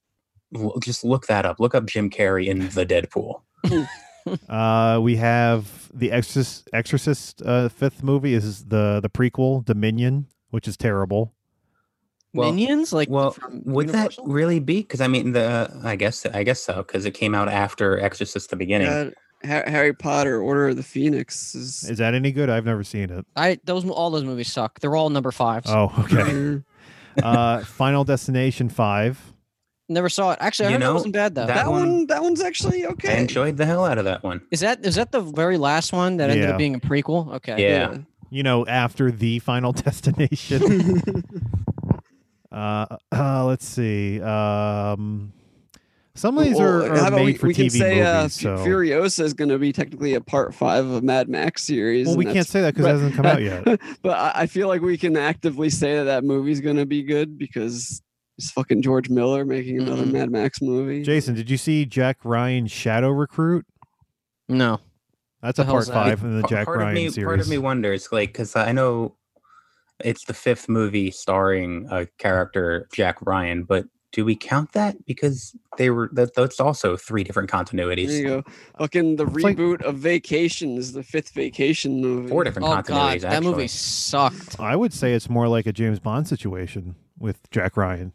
l- just look that up. Look up Jim Carrey in the Deadpool.
Uh, we have the Exorcist. Exorcist uh, fifth movie is the the prequel Dominion, which is terrible.
Well-
Minions, like
well,
from
would
Universal?
that really be? Because I mean, the I guess I guess so because it came out after Exorcist: The Beginning.
God. Ha- Harry Potter Order of the Phoenix is.
Is that any good? I've never seen it.
I those all those movies suck. They're all number fives.
Oh, okay.
Yeah.
uh, Final Destination Five.
Never saw it. Actually, I
You
heard that
know,
wasn't bad though.
that
that
one-
one. That one's actually
I
okay.
enjoyed the hell out of that one.
Is that is that the very last one that ended
Yeah.
up being a prequel? Okay.
Yeah.
You know, after the Final Destination. Uh, uh let's see. Um, some of these
Well,
are,
how
are
about
made
we,
for
we
TV
can say
movies.
uh, F-
so.
Furiosa is going to be technically a part five of Mad Max series.
well, we
and
can't say that because it
but-
hasn't come out yet.
that's- But I, I feel like we can actively say that that movie's going to be good because it's fucking George Miller making another
Mm-hmm.
Mhm.
Mad Max movie.
Jason, did you see Jack Ryan Shadow Recruit?
No.
That's
The
a part
hell's that?
five in the
Pa-
Jack
part
Ryan
of me,
series.
Part of me wonders, like, because I know it's the fifth movie starring a character Jack Ryan, but do we count that because they were that that's also three different
there
continuities,
you go. Fucking the
It's like-
reboot of Vacation is the fifth Vacation movie.
four different
Oh
continuities.
god,
actually.
that movie sucked.
I would say it's more like a James Bond situation with Jack Ryan.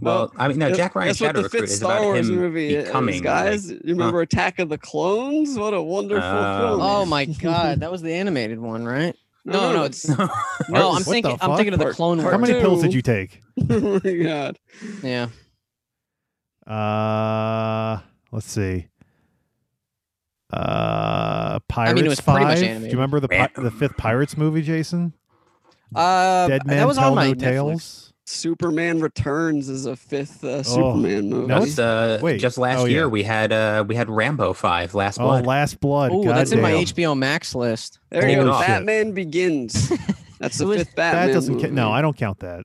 Well, I mean, no,
That-
Jack Ryan
That's
Shadow
what the
Recruit
fifth
is
Star
about
Wars
him
movie is,
becoming.
guys. you remember Attack of the Clones? What a wonderful
Oh,
film!
Oh
man.
my god, that was the animated one, right? No, no, it's
like-
no.
What
I'm
the
thinking. I'm
fuck?
thinking of the
Part-
Clone Wars.
part
How many pills did
two.
you take?
oh my god.
Yeah.
Uh, let's see. Uh, Pirates
mean, it was
Five.
pretty much
Do you
animated.
remember the pi-
Ran-
the fifth Pirates movie, Jason?
Uh,
Dead Man
that was
Tell
on my
No
Netflix.
Tales.
Superman Returns is a fifth
Oh.
uh, Superman movie.
no,
That's, uh,
Wait.
just last
Oh,
year
yeah.
we had uh, we had Rambo Five Last
Oh,
Blood.
Last Blood.
Oh, that's in my
goddamn.
HBO Max list.
there you go.
Holy shit.
Batman Begins. That's the
It was-
fifth
That
Batman.
doesn't. Ca-
movie.
no, I don't count that.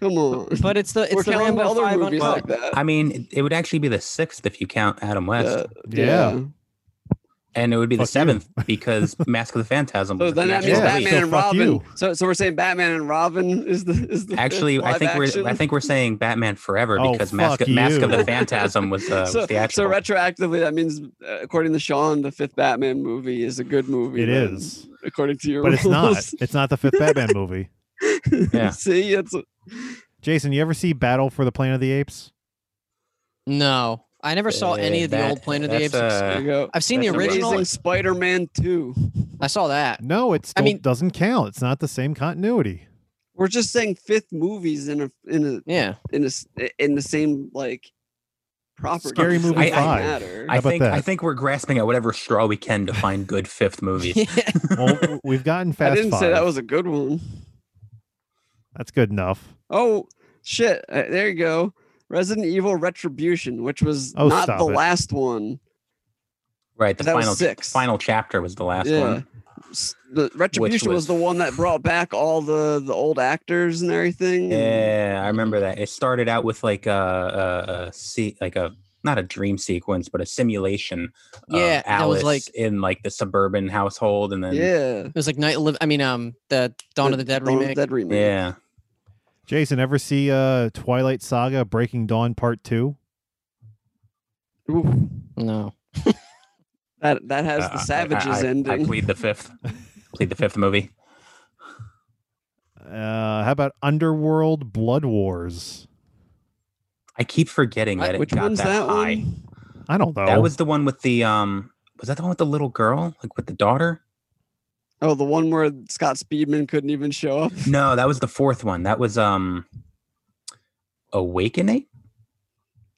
Come on.
But it's the
We're
it's the
counting
Rambo
other
5 on
movies
top.
like that.
I mean, it- it would actually be the sixth if you count Adam West.
Uh,
Yeah.
and it would be the
Fuck you.
seventh because Mask of the Phantasm.
So
was a
then that
national
means
Yeah,
movie.
Batman
so
and
fuck
Robin.
you.
So, so we're saying Batman and Robin is the is the fifth
Actually, I
live
think
action?
we're I think we're saying Batman Forever
Oh,
because Mask,
fuck
Mask of
you.
the Phantasm was, uh,
so,
was the actual.
so retroactively, that means uh, according to Sean, the fifth Batman movie is a good movie.
It
then,
is,
according to your
but it's not.
rules.
It's not the fifth Batman movie.
Yeah.
See, it's
Jason, you ever see Battle for the Planet of the Apes?
No, I never saw any
Uh,
of the
that-
old Planet of the Apes.
that's,
ex-
uh,
there you go.
I've seen the
that's amazing.
original.
Amazing Spider-Man Two.
I saw that.
No, it still
mean-
doesn't count. It's not the same continuity.
We're just saying fifth movies in a in a
Yeah.
in a s- in the same like property.
Scary
It
Movie
doesn't
five.
matter.
How
I
about
think
that?
I think we're grasping at whatever straw we can to find good fifth movies.
Well, we've gotten
I
Fast
didn't
Five.
say that was a good one.
That's good enough.
Oh shit! Uh, there you go. Resident Evil Retribution, which was
Oh,
not
stop
the
it.
last one.
Right, the
That was
final
six.
final chapter was the last
yeah,
one.
S- the Retribution was,
was-
the one that brought back all the the old actors and everything. and-
Yeah, I remember that. It started out with like a, a, a se- like a not a dream sequence, but a simulation.
Yeah,
of
that
Alice
was like-
in like the suburban household, and then
yeah.
It was like Night. Live. I mean, um, the Dawn of the Dead
Dawn
remake.
Dead remake.
yeah.
Jason, ever see uh Twilight Saga Breaking Dawn Part Two?
Oof.
No.
That that has
Uh,
the savages
I, I, I
ending.
plead the fifth. plead the fifth movie.
Uh, how about Underworld Blood Wars?
I keep forgetting that it
Uh, Which
got
one's
that,
that
high.
one?
I don't know.
That was the one with the um. Was that the one with the little girl, like with the daughter?
Oh, the one where Scott Speedman couldn't even show up.
No, that was the fourth one. That was um. Awakening.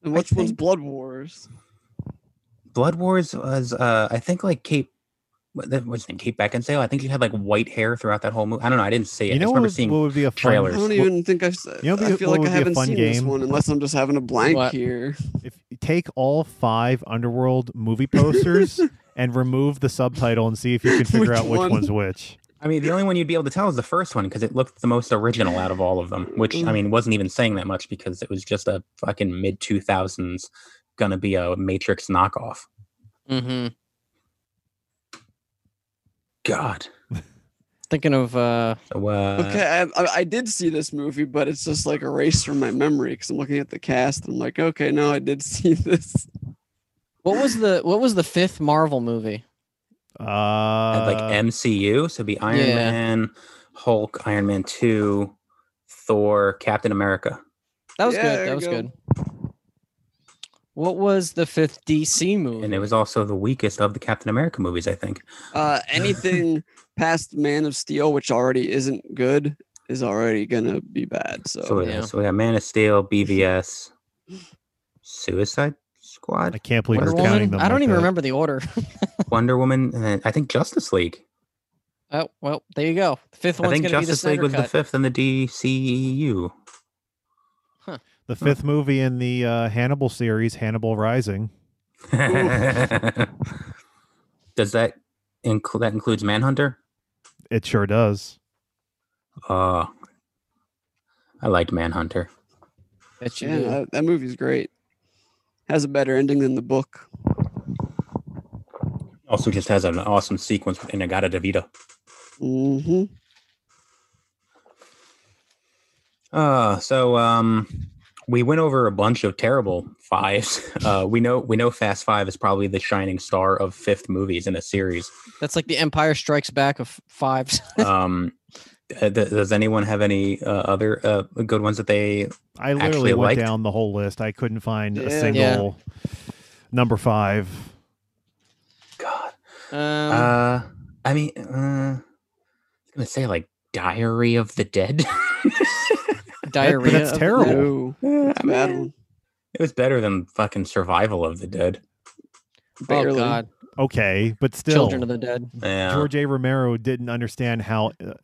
And which one's
think-
Blood Wars?
Blood Wars was uh I think like Kate what the- what's his name Kate Beckinsale I think she had like white hair throughout that whole movie I don't know I didn't see it
you
I just
know what,
remember
would-
seeing
what would be a fun,
I
trailers.
don't even think I've. s-
You know,
I
be-
feel like I
what would be a
haven't
fun
seen this
game?
one unless I'm just having a blank
What?
here.
if take all five Underworld movie posters and remove the subtitle and see if you can figure
Which
out which
one?
one's which.
I mean the only one you'd be able to tell is the first one because it looked the most original out of all of them which I mean wasn't even saying that much because it was just a fucking mid 2000s gonna be a Matrix knockoff
Mm-hmm.
god
Thinking of uh,
so, uh,
Okay, I, I, I did see this movie, but it's just like erased from my memory because I'm looking at the cast. And I'm like, okay, no, I did see this.
what was the what was the fifth Marvel movie?
Uh,
had, like MCU so it'd be Iron
yeah.
Man Hulk Iron Man 2 Thor Captain America
That was
Yeah,
good.
there
That
you
was
go.
good. What was the fifth DC movie?
and it was also the weakest of the Captain America movies I think
Uh, anything past Man of Steel, which already isn't good, is already gonna be bad. So,
So,
yeah.
yeah. so we got Man of Steel, BVS, Suicide
I
Squad,
can't believe
Wonder
we're counting
Woman.
them.
I don't
like
even
that.
remember the order.
Wonder Woman, and then I think Justice League.
Oh well, there you go. The fifth
I
one's
think
gonna be the
Justice League
snyder
was the
cut.
fifth in the E DCEU.
The fifth movie in the uh, Hannibal series, Hannibal Rising.
Does that include that includes Manhunter?
It sure does.
Oh, I liked Manhunter.
Bet you
yeah,
do.
that, that movie's great. Has a better ending than the book.
Also, just has an awesome sequence with Inagata Devita.
hmm
Uh, so um, we went over a bunch of terrible fives. Uh, we know we know Fast Five is probably the shining star of fifth movies in a series.
That's like the Empire Strikes Back of fives.
Um, uh, th- does anyone have any uh, other uh, good ones that they?
I literally
Actually
went
liked-
down the whole list. I couldn't find
Yeah.
a
Yeah.
single number five.
God,
Um,
uh, I mean, uh, I was gonna say like Diary of the Dead.
diarrhea.
that's
of the
terrible.
Dead.
No,
Uh, I
it's a bad
mean,
one.
It was better than fucking Survival of the Dead.
Oh
Barely.
God,
Okay, but still,
Children of the Dead.
Yeah.
George A. Romero didn't understand how uh,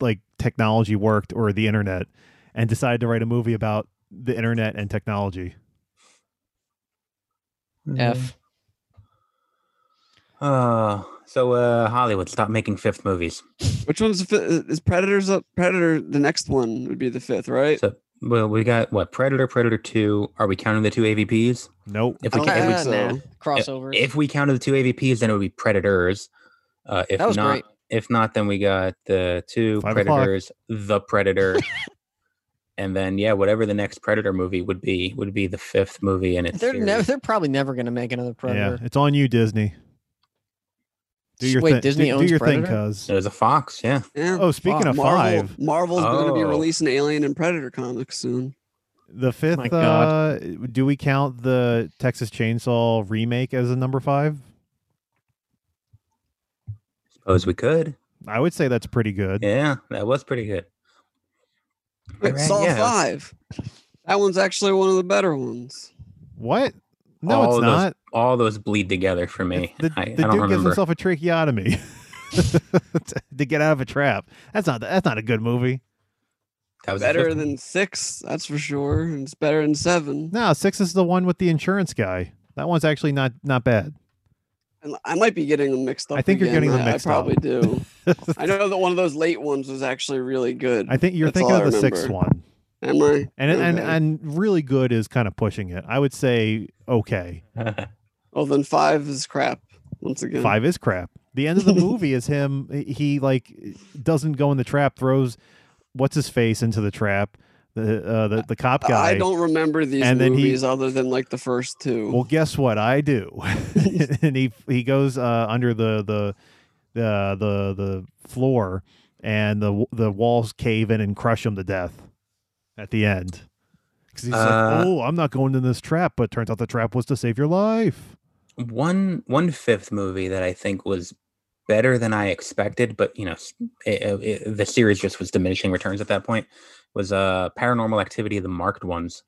like technology worked or the internet, and decided to write a movie about the internet and technology.
F.
Uh, so uh, Hollywood, stop making fifth movies.
Which one's the fifth? Is Predators up? Predator, the next one would be the fifth, right?
So, well, we got what Predator, Predator Two. Are we counting the two AVPs?
Nope.
If we,
I
ca-
don't
if, we
think
nah.
so.
Crossover.
if we counted the two AVPs, then it would be Predators. Uh, if
That was
not,
great.
if not, then we got the two
Five o'clock.
Predators, the Predator, and then yeah, whatever the next Predator movie would be would be the fifth movie in its
they're
series.
never. They're probably never gonna make another Predator.
Yeah, it's on you, Disney. Do your
Wait,
thing.
Disney
do, do
owns
your
Predator?
thing, cuz.
There's a Fox, yeah.
Yeah.
Oh, speaking of
Marvel,
five,
Marvel's going to be
Oh.
releasing Alien and Predator comics soon.
the fifth.
My
Uh,
God.
do we count the Texas Chainsaw remake as a number five?
Suppose we could.
I would say that's pretty good.
Yeah, that was pretty good.
Wait,
Alright,
Saw
yeah.
Five. That one's actually one of the better ones.
What? No,
All
it's
those
not.
All those bleed together for me.
The,
I, I
the dude
don't
gives
remember.
himself a tracheotomy to get out of a trap. That's not. That's not a good movie.
that was the
Better
Oh, fifth-
than six, that's for sure. And it's better than seven.
No, six is the one with the insurance guy. That one's actually not not bad.
And I might be getting them mixed up.
I think you're
again.
getting them
I-
mixed
I
up.
probably do. I know that one of those late ones was actually really good.
I think you're
That's
thinking
all
of
I
the sixth
remember.
one.
Am I?
and it- and
Okay.
and really good is kind of pushing it. I would say okay.
Well, then five is crap. Once again,
Five is crap. The end of the movie is him. He like doesn't go in the trap. Throws what's his face into the trap. The uh, the the cop guy.
I don't remember these
And then he-
movies other than like the first two.
Well, guess what I do? and he he goes uh, under the the the the the floor, and the w- the walls cave in and crush him to death at the end. Because he's
Uh,
like, "Oh, I'm not going in this trap," but turns out the trap was to save your life.
one one fifth movie that I think was better than I expected, but you know, s- it, it, it- the series just was diminishing returns at that point. Was uh, Paranormal Activity: The Marked Ones.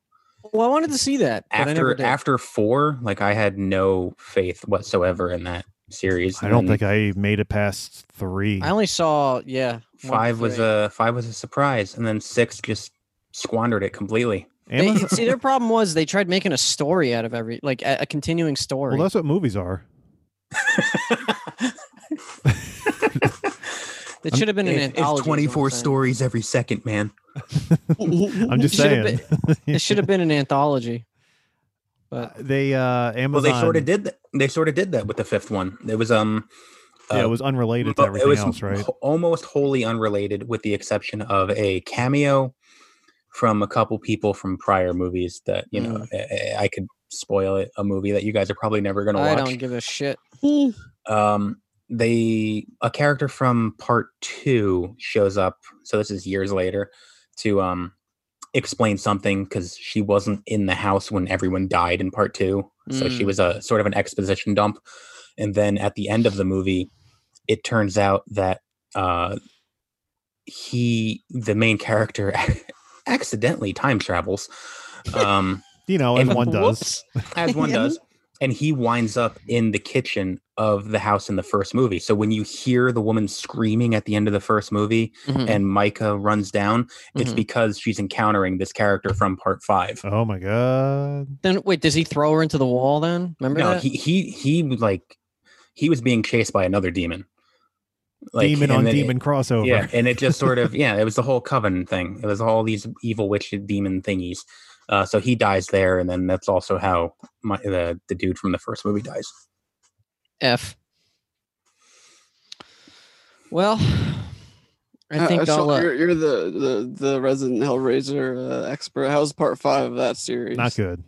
Well, I wanted to see that. but I never
After
did.
after four, like I had no faith whatsoever in that series.
I don't
and
think I made it past three.
I only saw yeah. one
five was
through eight.
a five was a surprise, and then six just squandered it completely.
They,
Amazon-
see, their problem was they tried making a story out of every like a, a continuing story.
well, that's what movies are.
it should have been an anthology. is what I'm saying.
stories every second, man.
I'm
It
just
should've
saying.
It should have been an anthology.
Uh,
But
they uh, Amazon.
Well, they sort of did. That. They sort of did that with the fifth one. It was um,
Yeah,
uh,
it was unrelated
mo-
to
it
everything
was
else, right?
ho- almost wholly unrelated, with the exception of a cameo from a couple people from prior movies that you know
Mm.
I- I, I could spoil it. A movie that you guys are probably never going to
I
watch.
don't give a shit.
um they a character from part two shows up so this is years later to um explain something because she wasn't in the house when everyone died in part two so she
Mm.
was a sort of an exposition dump and then at the end of the movie it turns out that uh he the main character accidentally time travels um
You know, as
and-
one does.
Whoops.
as one
Yeah.
does. And he winds up in the kitchen of the house in the first movie. So when you hear the woman screaming at the end of the first movie
Hmm.
Mhm,
and Micah runs down, it's
Mm-hmm.
mhm.
because she's encountering this character from part five.
Oh my god!
then wait, does he throw her into the wall? Then remember
No,
that?
he he he was like he was being chased by another demon.
demon
and
on
then it-
demon crossover.
Yeah, and it just sort of yeah, it was the whole coven thing. It was all these evil witch demon thingies. Uh, so he dies there, and then that's also how my, the the dude from the first movie dies.
F. Well, I
Uh,
think
uh, Sean,
I'll. Uh,
you're, you're the, the the resident Hellraiser uh, expert. How's part five of that series?
not good.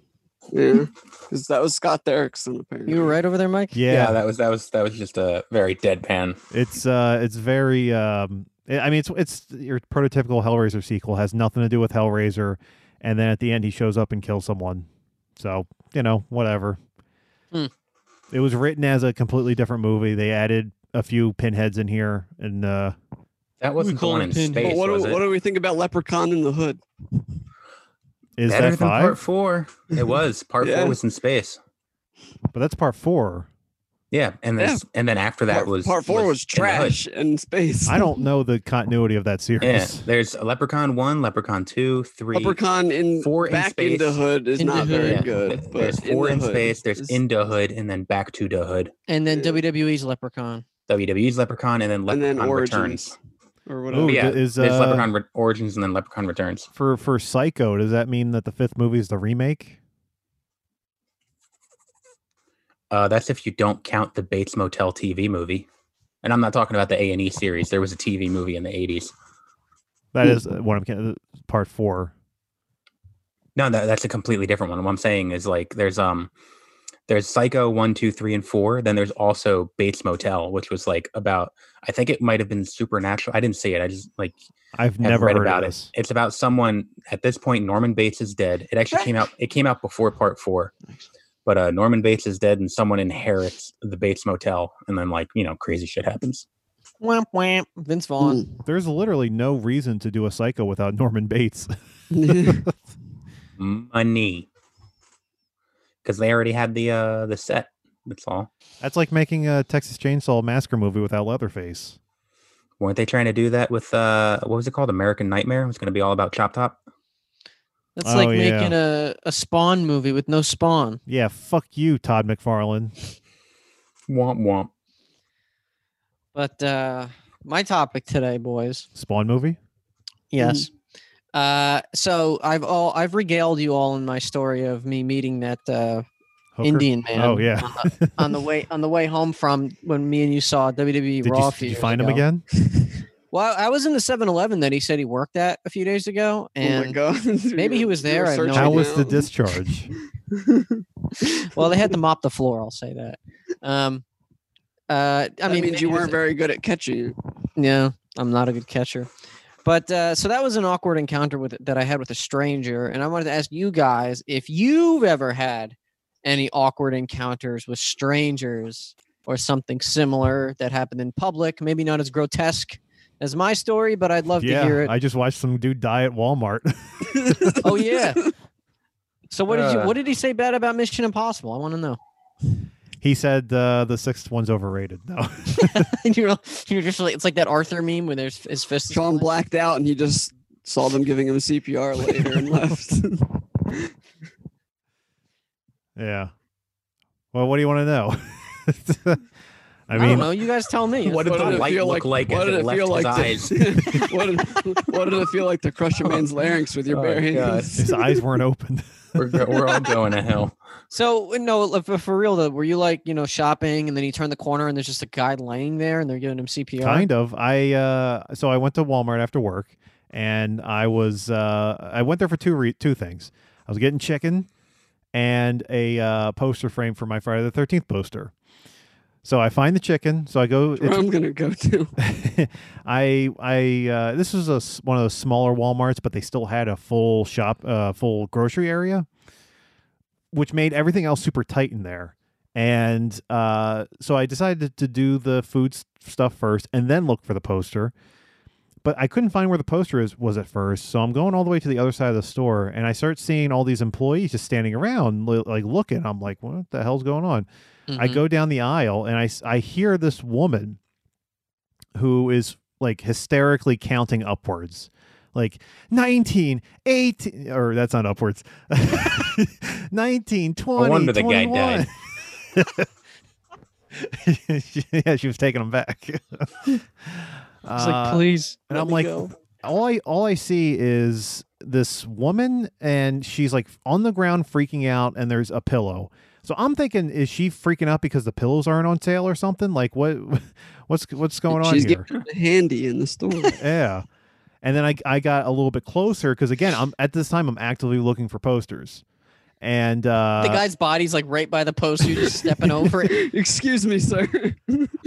Yeah, because that was Scott Derrickson apparently.
you were right over there, Mike.
Yeah,
that was that was that was just a very deadpan.
it's uh, it's very. Um, I I mean, it's it's your prototypical Hellraiser sequel has nothing to do with Hellraiser, and then at the end he shows up and kills someone. So you know, whatever.
Hmm.
It was written as a completely different movie. They added a few pinheads in here, and uh,
That wasn't the
call
one
it
in
pin-
space,
But
But what
was
do,
it?
what do we think about Leprechaun in the Hood?
is
Better than
that five?
part four. It was part
Yeah.
four was in space.
but that's part four.
Yeah, and then
Yeah.
and then after that
part,
was
part four was,
in the hood.
trash in space.
I don't know the continuity of that series.
Yeah, there's a Leprechaun one, Leprechaun two, three.
Leprechaun in
four in
back in the
space.
hood is
In the
not very
hood.
Th-
good. But
there's four
the
in,
hood
space. There's
is-
in the hood, and then back to the hood.
And then
Yeah.
WWE's Leprechaun.
WWE's Leprechaun, and then
and
Leprechaun
then origins
Returns.
or
Ooh,
whatever.
But yeah,
th- is,
there's
uh,
Leprechaun Re- Origins, and then Leprechaun Returns.
For for Psycho, does that mean that the fifth movie is the remake?
Uh, that's if you don't count the Bates Motel TV movie. And I'm not talking about the A and E series. There was a TV movie in the 80s.
That
Hmm.
is uh, what I'm getting. Part four.
No, that, that's a completely different one. What I'm saying is like there's um there's Psycho one, two, three, and four. Then there's also Bates Motel, which was like about I think it might have been supernatural. I didn't see it. I just like
I've
have
never
read
heard
about
of
it.
this.
It's about someone at this point. Norman Bates is dead. It actually came out. It came out before part four, but uh, Norman Bates is dead, and someone inherits the Bates Motel, and then like you know crazy shit happens.
Wamp wamp. Vince Vaughn.
There's literally no reason to do a Psycho without Norman Bates.
Mm.
Money, because they already had the uh the set. That's all.
That's like making a Texas Chainsaw Massacre movie without Leatherface.
Weren't they trying to do that with uh what was it called? American Nightmare? It was gonna be all about Chop Top.
That's
Oh,
like
yeah.
making a, a Spawn movie with no Spawn.
Yeah, fuck you, Todd McFarlane.
Womp womp.
But uh, my topic today, boys.
Spawn movie.
Yes. Uh, so I've all I've regaled you all in my story of me meeting that uh,
Hooker?
Indian man.
Oh yeah.
on the, on the way on the way home from when me and you saw WWE
Did
Raw.
you,
a
did
few
you
years
find him
ago.
again?
Well, I was in the 7-Eleven that he said he worked at a few days ago,
oh my
and
god.
maybe he was there, I have no
How
idea.
was the discharge?
well, they had to mop the floor. I'll say that. Um, uh, I
I
mean,
mean,
maybe
you
it was-
weren't very good at catching it.
No, I'm not a good catcher. But uh, so that was an awkward encounter with that I had with a stranger, and I wanted to ask you guys if you've ever had any awkward encounters with strangers or something similar that happened in public. Maybe not as grotesque as my story, but I'd love to hear
yeah,
it.
I just watched some dude die at Walmart.
oh yeah. So what did you
Uh.
what did he say bad about Mission Impossible? I want to know.
he said uh, the sixth one's overrated. No,
And you're you're just like it's like that Arthur meme where there's his fist. is
Sean
flying.
blacked out and he just saw them giving him CPR later and left.
yeah. Well, what do you want to know? I
I don't
mean,
know. You guys tell me.
What did
What
the
did it
light
feel
look
like-
like,
what
as
did
it
it
left
feel
his
like to-
eyes?
what, did, what did it feel like to crush a man's larynx with your
Oh,
bare
God.
hands?
his eyes weren't open.
we're, go- we're all going to hell.
So uh, no, like, for, for real though, were you like you know shopping and then you turn the corner and there's just a guy laying there and they're giving him CPR?
kind of i uh so i went to walmart after work and i was uh i went there for two re- two things i was getting chicken and a uh poster frame for my friday the 13th poster so i find the chicken so i go
Where I'm gonna go to.
i i uh this was a s- one of those smaller walmarts but they still had a full shop uh full grocery area which made everything else super tight in there. And uh, so I decided to do the food s- stuff first and then look for the poster. But I couldn't find where the poster is was at first, so I'm going all the way to the other side of the store, and I start seeing all these employees just standing around, li- like looking. I'm like, "What the hell's going on?"
Mm-hmm.
I
Mhm.
go down the aisle and I s- I hear this woman who is like hysterically counting upwards. Like 19, 18, or that's not upwards. 19, 20,
wonder the guy
21. yeah, she was taking them back.
It's
Uh,
like please.
and
Let
I'm
me
like,
go.
all I all I see is this woman, and she's like on the ground freaking out, and there's a pillow. So I'm thinking, is she freaking out because the pillows aren't on sale or something? Like what, what's what's going on
She's
here?
getting handy in the store.
yeah. And then I I got a little bit closer because again, I'm at this time I'm actively looking for posters, and uh,
the guy's body's like right by the post. You're just stepping over it.
Excuse me, sir.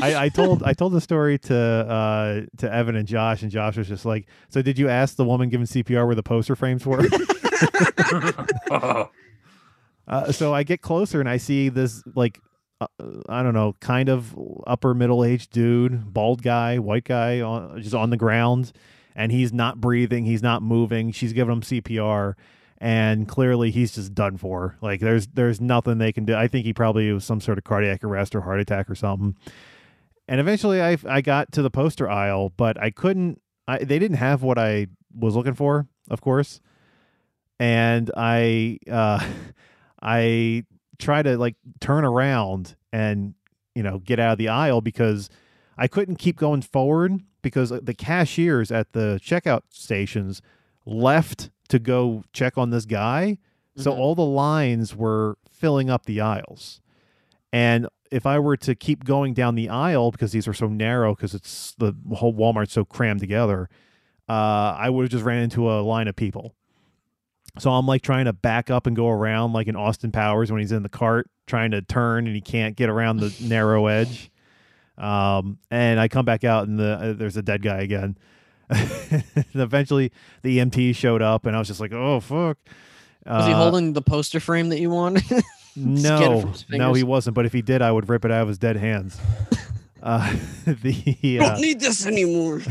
I, I told I told the story to uh, to Evan and Josh, and Josh was just like, "So did you ask the woman giving CPR where the poster frames were?"
oh,
Uh, so I get closer and I see this like uh, I don't know, kind of upper middle aged dude, bald guy, white guy, on, just on the ground, and he's not breathing, he's not moving. She's giving him CPR, and clearly he's just done for. Like there's there's nothing they can do. I think he probably was some sort of cardiac arrest or heart attack or something. And eventually, I I got to the poster aisle, but I couldn't. I they didn't have what I was looking for, of course. And I uh, I try to like turn around and you know get out of the aisle because I couldn't keep going forward because uh, the cashiers at the checkout stations left to go check on this guy. So
Mhm.
all the lines were filling up the aisles. And if I were to keep going down the aisle because these are so narrow because it's the whole Walmart's so crammed together, uh, I would have just ran into a line of people. So I'm like trying to back up and go around like in Austin Powers when he's in the cart trying to turn and he can't get around the narrow edge. Um, and I come back out and the uh, there's a dead guy again. and eventually the EMT showed up and I was just like, oh fuck.
Was he
Uh,
holding the poster frame that you wanted? Just get it from
no,
his
no, he
fingers.
wasn't. But if he did, I would rip it out of his dead hands. uh, the uh,
Don't need this anymore.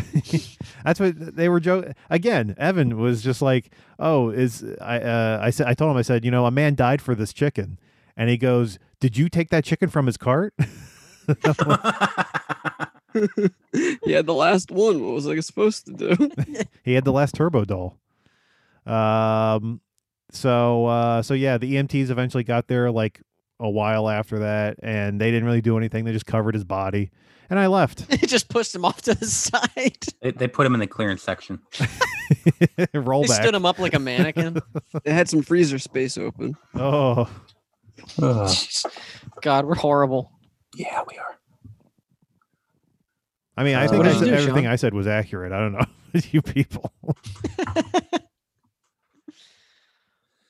that's what they were joking. Again, Evan was just like, "Oh, is I?" Uh, I said, I told him, I said, "You know, a man died for this chicken," and he goes, "Did you take that chicken from his cart?"
yeah, the last one. What was I supposed to do?
he had the last turbo doll. Um, so uh, so yeah, the EMTs eventually got there like a while after that, and they didn't really do anything. They just covered his body, and I left.
He just pushed him off to the side.
they, they put him in the clearance section.
Roll
They
back.
stood him up like a mannequin.
They had some freezer space open.
Oh,
Ugh.
God, we're horrible.
yeah, we are.
I mean, I
What
think
did
I
you
said-
do,
everything
Sean?
I said was accurate. I don't know you people.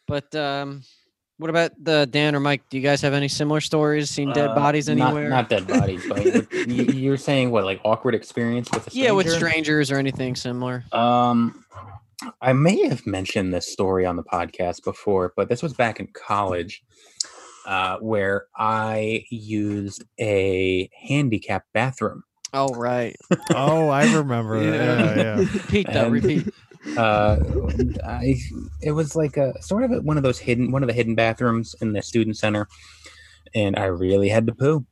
But um, what about the Dan or Mike? Do you guys have any similar stories? Seen dead
Uh,
bodies
not-
anywhere?
Not, dead bodies, but with- you, you're saying what, like awkward experience with a stranger?
yeah, with strangers or anything similar.
Um, I may have mentioned this story on the podcast before, but this was back in college, uh, where I used a handicapped bathroom.
Oh right,
Oh, I remember.
Yeah.
that. Yeah, yeah.
repeat though,
And-
repeat.
Uh, I it was like a sort of a, one of those hidden one of the hidden bathrooms in the student center, and I really had to poo.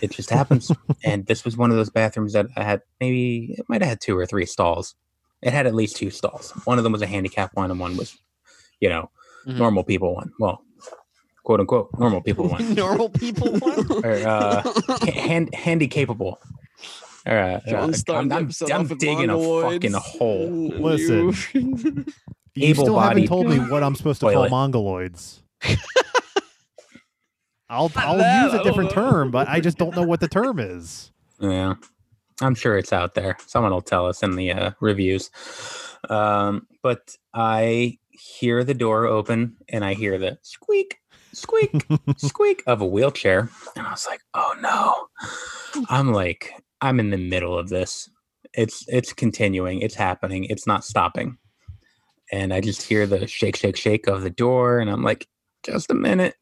It just happens, and this was one of those bathrooms that I had maybe it might have had two or three stalls. It had at least two stalls. One of them was a handicap one, and one was, you know,
Mm-hmm.
Mhm.
normal people one. Well, quote unquote normal people one
Normal people. One?
or uh, ha- hand handy capable. All right,
John started
I'm,
the
I'm,
episode
I'm
off with
digging a fucking
mongoloids.
hole.
Mm,
Listen.
you-
You still haven't
Able-bodied
told me what I'm supposed to
toilet.
call mongoloids. I'll
I
I'll
laugh,
use
I
a different
don't know.
term, but I just don't know what the term is.
Yeah. I'm sure it's out there. Someone will tell us in the uh, reviews. Um, but I hear the door open and I hear the squeak, squeak, squeak of a wheelchair. And I was like, oh no. I'm like, I'm in the middle of this. It's it's continuing, it's happening, it's not stopping. And I just hear the shake, shake, shake of the door, and I'm like, just a minute.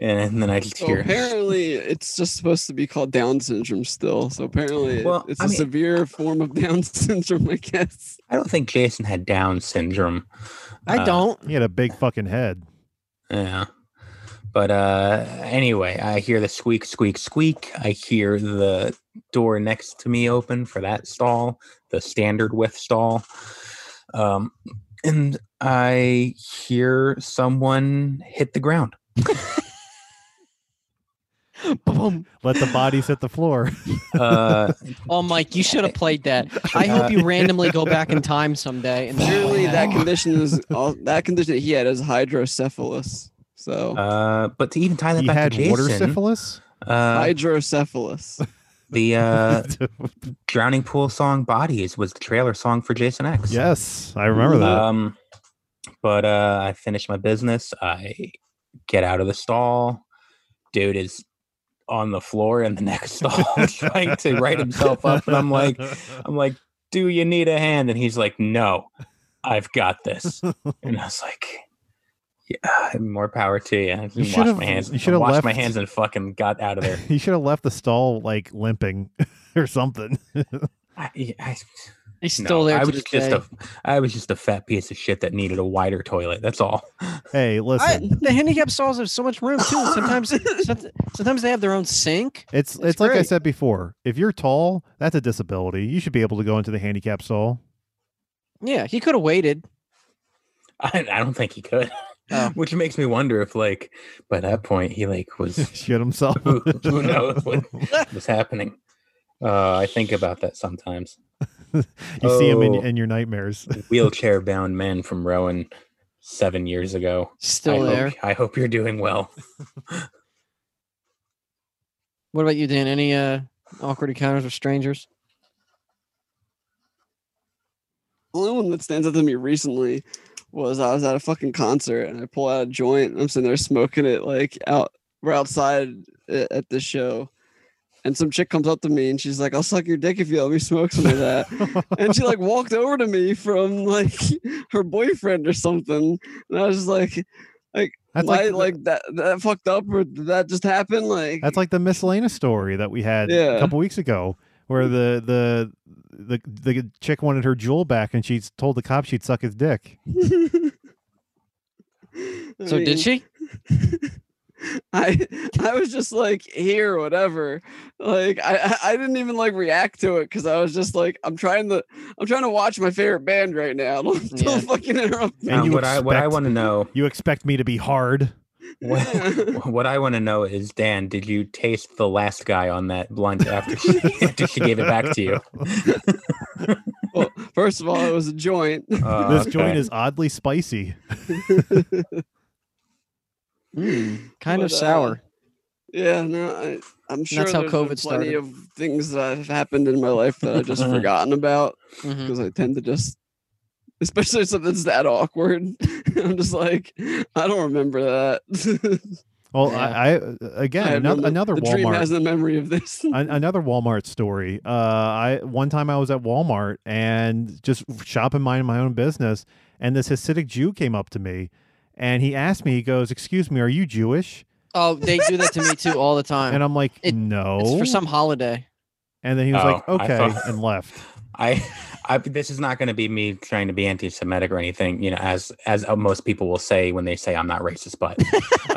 and then I just
So
hear
apparently, it's just supposed to be called Down syndrome still. So apparently, it-
Well,
it's a
I mean-
severe form of Down syndrome, I guess.
I don't think Jason had Down syndrome.
I
Uh,
don't.
He had a big fucking head.
Yeah. But uh anyway, I hear the squeak, squeak, squeak. I hear the door next to me open for that stall, the standard width stall. Um, and I hear someone hit the ground.
Boom.
Let the bodies hit the floor.
Uh,
Oh, Mike, you should have played that. I hope you randomly go back in time someday. And
Apparently, that
God.
condition is all, that condition that he had is hydrocephalus. So
uh, but to even tie that
he
back
had
to Jason,
water syphilis.
uh,
hydrocephalus.
the uh, drowning pool song "Bodies" was the trailer song for Jason X.
yes, I remember that.
Um, but uh, I finish my business. I get out of the stall. Dude is on the floor in the next stall Uh, trying to write himself up, and I'm like, I'm like, do you need a hand? And he's like, no, I've got this. And I was like. Yeah, more power to you. I just washed
should've-
my hands.
you should've
washed my
left-
hands and fucking got out of there.
you should have left the stall like limping or something.
I, I,
he's still
no,
there.
I
to
was
this
just
day.
a, I was just a fat piece of shit that needed a wider toilet. That's all.
hey,
I,
listen,
the handicap stalls have so much room too. Sometimes, somet- sometimes they have their own sink.
it's it's,
it's
like I
great.
said before. If you're tall, that's a disability. You should be able to go into the handicap stall.
Yeah, he could have waited.
I, I don't think he could.
Oh.
Which makes me wonder if, like, by that point, he like was
Shit himself.
who, who knows what was happening. Uh, I think about that sometimes.
You see him in,
Oh.
in your nightmares.
Wheelchair bound man from Rowan seven years ago.
Still
I
there.
Hope, I hope you're doing well.
What about you, Dan? Any uh, awkward encounters with strangers?
only one that stands out to me recently was I was at a fucking concert and I pull out a joint. And I'm sitting there smoking it like out. We're outside a- at the show, and some chick comes up to me and she's like, "I'll suck your dick if you let me smoke some of that." and she like walked over to me from like her boyfriend or something, and I was just like,
That's
"Why?
like,
Like, that that fucked up or did that just happen?" Like
that's like the miscellaneous story that we had a
Yeah.
couple weeks ago, where the the the the chick wanted her jewel back, and she told the cop she'd suck his dick.
I
So
mean-
did she?
I I was just like here, whatever. Like I I- I didn't even like react to it because I was just like I'm trying to I'm trying to watch my favorite band right now. Don't, don't
Yeah.
fucking interrupt me.
And
Now,
you
what I what I
expect-
want to know
You expect me to be hard?
what, what I want to know is Dan, did you taste the last guy on that blunt after she, after she gave it back to you?
well, first of all, it was a joint.
Uh,
this
okay.
joint is oddly spicy.
Hmm.
Mm, kind of
But, uh,
sour.
Yeah, no, I, I'm sure
that's how
there's been
COVID
plenty
started.
of things that have happened in my life that I've just forgotten about
Mhm.
because I tend to just, especially if something's that awkward, I'm just like, I don't remember that.
Well,
Yeah.
I, I again
I have no
another
mem-
another
the dream
Walmart
has the memory of this.
An- another Walmart story. Uh, I one time I was at Walmart and just shopping, minding my own business, and this Hasidic Jew came up to me, and he asked me, he goes, "Excuse me, are you Jewish?"
Oh, they do that to me too all the
Uh,
time.
And I'm like,
It-
"No."
It's for some holiday.
and then he was like,
Oh, I
"Okay,"
thought-
and left.
I, I this is not going to be me trying to be anti-Semitic or anything, you know, as as most people will say when they say I'm not racist, but,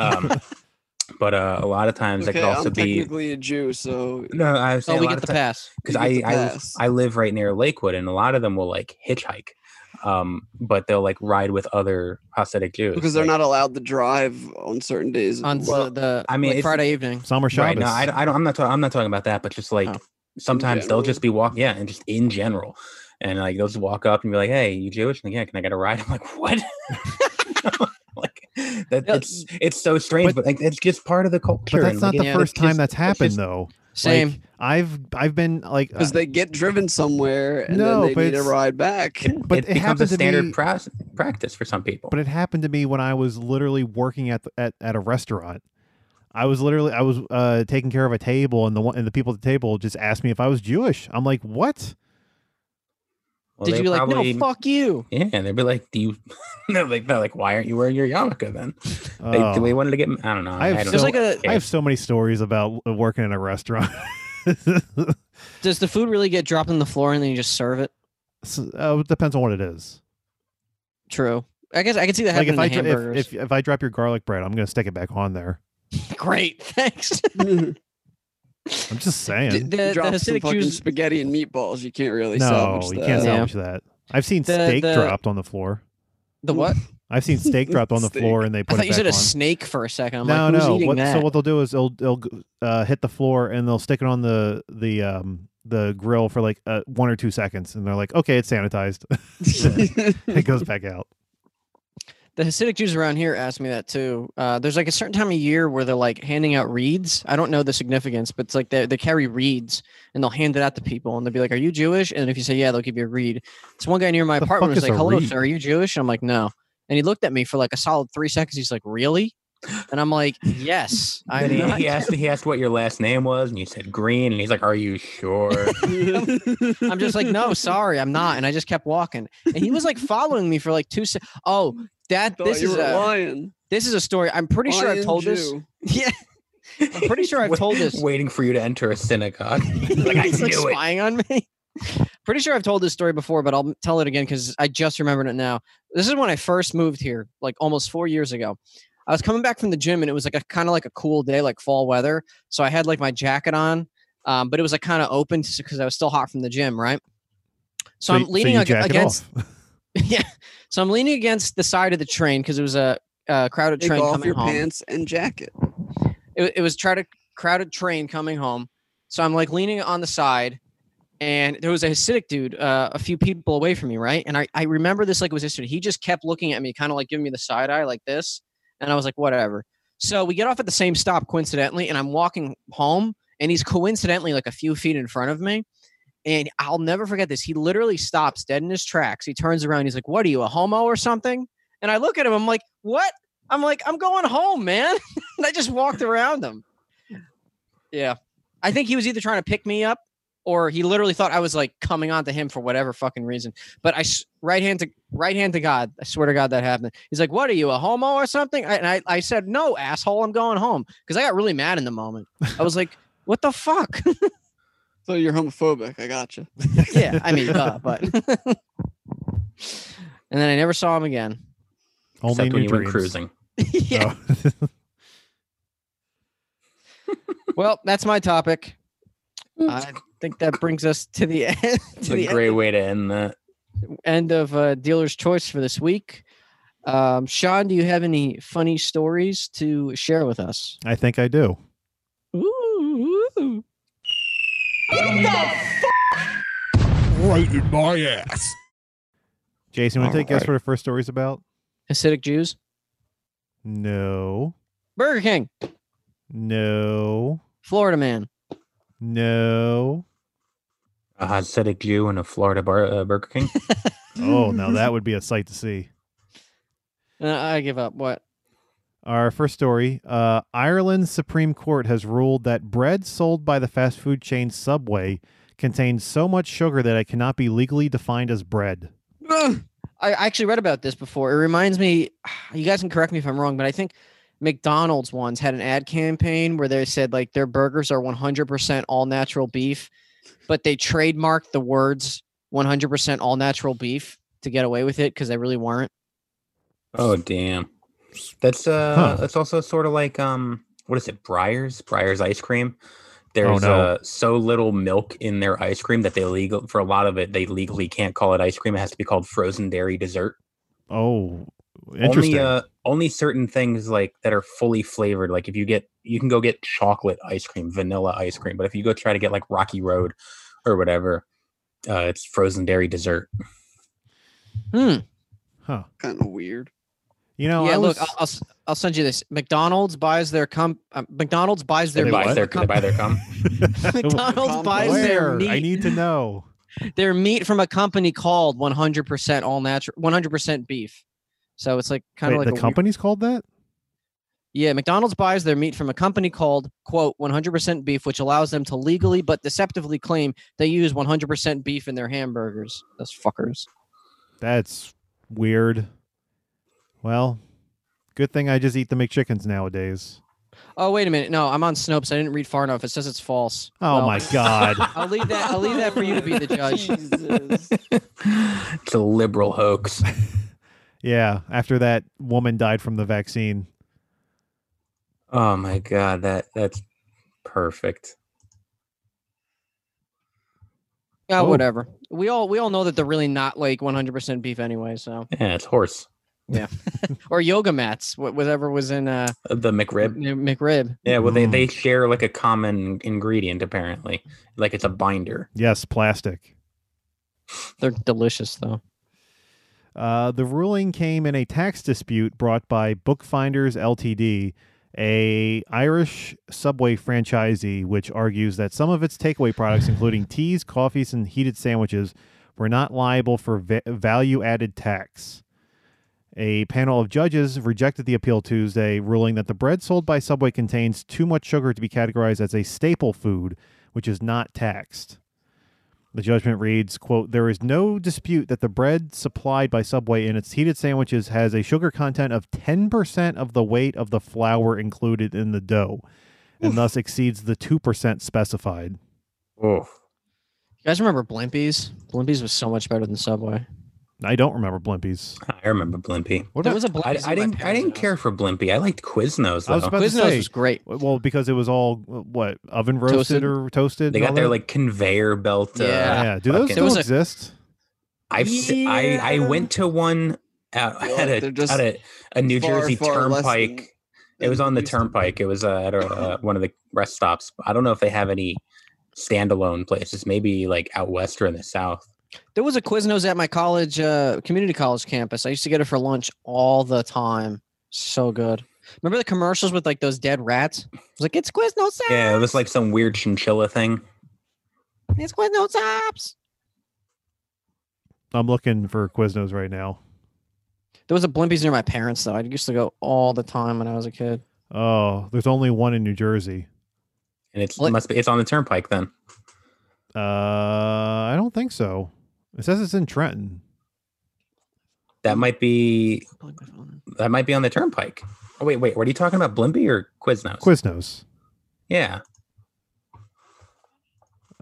um, but uh, a lot of times that
okay,
could also
I'm
be.
technically a Jew, so
No, I was
Oh,
saying
we
a lot
get
of
the
times
pass.
because
you
I,
get the
I
pass.
I live right near Lakewood, and a lot of them will like hitchhike, um, but they'll like ride with other Hasidic Jews
because they're not
like-
allowed to drive on certain days. of
on
the
s-
week.
the
I mean,
like
it's-
Friday evening.
Summer
Right.
Shabbos.
No, I, I don't. I'm not. Ta- I'm not talking about that. But just like
Oh.
sometimes they'll
general.
just be walk. Yeah, and just in general, and like they'll just walk up and be like, "Hey, you Jewish?" And like, yeah, can I get a ride? I'm like, what? like that.
No,
It's it's so strange, but,
but-
like it's just part of the
but
culture.
that's
and,
not
like,
the
it-
yeah,
first
it's
time
just-
that's
it's
happened
just-
though.
Same.
Like, I've I've been like, uh,
because they get driven somewhere and
No,
then
but
they need a
it's-
ride back.
It,
But
it
it
becomes a
happened to
standard
me-
pra- practice for some people.
but it happened to me when I was literally working at the, at, at a restaurant. I was literally I was uh, taking care of a table, and the one and the people at the table just asked me if I was Jewish. I'm like, what?
Well,
Did
they
you be like,
probably-
no, fuck you?
Yeah, and they'd be like, "Do you?" they're like, "They're like, why aren't you wearing your yarmulke then?" They,
Oh.
they wanted to get. I don't know.
I have
don't
so-
There's
know.
like a
I have so many stories about w- working in a restaurant.
does the food really get dropped on the floor and then you just serve it?
so, uh, it depends on what it is.
True. I guess I can see that
Like
happening
if I
in
dr-
hamburgers.
if, if if I drop your garlic bread, I'm gonna stick it back on there.
Great, thanks.
I'm just
the,
saying.
the, the
Drop some
Hasidic
fucking
Jews.
spaghetti and meatballs. You can't really
no,
salvage
you
that.
can't
Yeah.
salvage that. I've seen
The-
steak
the-
dropped on the floor.
The what?
I've seen steak dropped on the
Steak.
floor, and they
I
put
thought
it
you
back
said a
on.
snake for a second. I'm
no,
like, who's
no.
eating
What,
that?
so what they'll do is they'll they'll uh, hit the floor and they'll stick it on the the um the grill for like uh, one or two seconds, and they're like, okay, it's sanitized. it goes back out.
the Hasidic Jews around here asked me that too. Uh, there's like a certain time of year where they're like handing out reeds. I don't know the significance, but it's like they, they carry reeds and they'll hand it out to people and they'll be like, "Are you Jewish?" And if you say yeah, they'll give you a reed. This one guy near my
The
apartment
fuck
was
is
like,
a
"Hello,
reed?"
sir, are you Jewish?" And I'm like, "No." And he looked at me for like a solid three seconds. He's like, "Really?" And I'm like, "Yes, I
And he,
am."
he asked he asked what your last name was, and you said Green, and he's like, "Are you sure?"
I'm just like, "No, sorry, I'm not." And I just kept walking. And he was like following me for like two. Se- oh, that
Thought
this
you
is
were
a
lying.
this is a story. I'm pretty sure I've
Lying
told this.
Jew.
Yeah. I'm pretty sure I've
Wait-
told this.
Waiting for you to enter a synagogue. like I
He's like
knew it.
spying on me. Pretty sure I've told this story before, but I'll tell it again because I just remembered it now. This is when I first moved here, like almost four years ago. I was coming back from the gym and it was like a kind of like a cool day, like fall weather. So I had like my jacket on, um, but it was like kind of open because I was still hot from the gym, right? So, I'm
you-
leaning
you
ag-
jack it
against
off.
yeah. So I'm leaning against the side of the train because it was a, a crowded
Take
train
off
coming
your
home
pants and jacket.
it, it was try to crowded train coming home. So I'm like leaning on the side and there was a Hasidic dude uh, a few people away from me, right? And I, I remember this like it was yesterday. He just kept looking at me, kind of like giving me the side eye like this. And I was like, whatever. So we get off at the same stop coincidentally, and I'm walking home and he's coincidentally like a few feet in front of me. And I'll never forget this. He literally stops dead in his tracks. He turns around. He's like, What are you, a homo or something? And I look at him. I'm like, What? I'm like, I'm going home, man. and I just walked around him. Yeah. I think he was either trying to pick me up or he literally thought I was like coming on to him for whatever fucking reason. But I s- right hand to right hand to God, I swear to God that happened. He's like, "What are you, a homo or something?" I, and I, I said, "No, asshole, I'm going home." Because I got really mad in the moment. I was like, "What the fuck?"
So you're homophobic. I gotcha.
yeah, I mean, duh, but. and then I never saw him again.
Only
Except when
new
you went
dreams.
cruising.
yeah.
Oh.
Well, that's my topic. I think that brings us to the end.
It's
to the
a great way to end that.
end of uh, dealer's choice for this week. Um, Sean, do you have any funny stories to share with us?
I think I do.
Ooh.
right in my ass.
Jason, want to take a guess
Alright.
what our first story's about?
Hasidic Jews.
No.
Burger King.
No.
Florida man.
No.
A Hasidic Jew in a Florida bar, uh, Burger King.
Oh, now that would be a sight to see.
Uh, I give up. What?
Our first story uh, Ireland's Supreme Court has ruled that bread sold by the fast food chain Subway contains so much sugar that it cannot be legally defined as bread.
Ugh. I I actually read about this before. It reminds me, you guys can correct me if I'm wrong, but I think McDonald's once had an ad campaign where they said like their burgers are 100% all natural beef, but they trademarked the words 100% all natural beef to get away with it because they really weren't.
oh damn. That's uh,
Huh.
that's also sort of like um, what is it? Briars, Briars ice cream. There's
Oh, no.
uh, so little milk in their ice cream that they legal for a lot of it. They legally can't call it ice cream. It has to be called frozen dairy dessert.
Oh, interesting.
Only, uh, only certain things like that are fully flavored. Like if you get, you can go get chocolate ice cream, vanilla ice cream. But if you go try to get like Rocky Road or whatever, uh, it's frozen dairy dessert.
Hmm.
huh.
Kind of weird.
You know,
yeah,
I was,
look, I'll, I'll, s- I'll send you this. McDonald's buys their com- uh, McDonald's buys their
They buy
meat.
what?
their, they buy their cum.
McDonald's buys their
Where?
meat.
I need to know.
their meat from a company called 100% all natural 100% beef so it's like kind
Wait,
of like a
the
weird-
company's called that?
yeah mcdonald's buys their meat from a company called quote 100% beef which allows them to legally but deceptively claim they use 100% beef in their hamburgers those fuckers
That's weird. Well, good thing I just eat the McChickens nowadays.
oh wait a minute no i'm on snopes i didn't read far enough it says it's false
Oh
Well,
my god.
i'll leave that i'll leave that for you to be the judge
Jesus.
it's a liberal hoax.
yeah, after that woman died from the vaccine.
Oh my god, that that's perfect.
yeah
Oh.
whatever we all we all know that they're really not like 100% beef anyway so
Yeah, it's horse.
or yoga mats wh- whatever was in uh
Uh, The McRib.
M- mcrib
Yeah, well, they,
Mm.
they share like a common ingredient apparently. Like it's a binder.
Yes, plastic.
they're delicious though
Uh, the ruling came in a tax dispute brought by Bookfinders Ltd, a Irish subway franchisee, which argues that some of its takeaway products, including teas, coffees, and heated sandwiches, were not liable for va- value-added tax. A panel of judges rejected the appeal Tuesday, ruling that the bread sold by Subway contains too much sugar to be categorized as a staple food, which is not taxed. The judgment reads, quote, There is no dispute that the bread supplied by Subway in its heated sandwiches has a sugar content of 10% of the weight of the flour included in the dough, and thus exceeds the 2% specified.
Oh,
You guys remember Blimpies? Blimpies was so much better than Subway.
I don't remember Blimpies.
I remember Blimpy.
What
There
about-
was a Blimpies
I,
at
I
my
didn't. I
parents'
didn't
house.
care for Blimpy. I liked Quiznos though.
I was about to
Quiznos
say,
was great.
well, because it was all, what, oven roasted
Toasted.
or toasted?
they
and
got
all
their
that?
like conveyor belt. Uh,
Yeah.
Yeah. Do those
fucking-
There was
still
a-
exist?
I've. se- I I
Yeah.
went to one out
Yeah,
at
they're
a
just
at a, a New
far,
Jersey
far less than-
Turnpike. It was on the Turnpike. It was uh, at a, uh, one of the rest stops. I don't know if they have any standalone places. Maybe like out west or in the south.
There was a Quiznos at my college, uh, community college campus. I used to get it for lunch all the time. So good. Remember the commercials with like those dead rats? I was like, it's Quiznos apps.
Yeah, it was like some weird chinchilla thing.
it's Quiznos apps.
I'm looking for Quiznos right now.
There was a Blimpies near my parents though. I used to go all the time when I was a kid.
Oh, there's only one in New Jersey.
And it's
What?
must be it's on the Turnpike then.
Uh, I don't think so. It says it's in Trenton.
That might be
Plug my phone in.
that might be on the Turnpike. Oh wait, wait. What are you talking about, Blimpy or Quiznos?
Quiznos.
Yeah,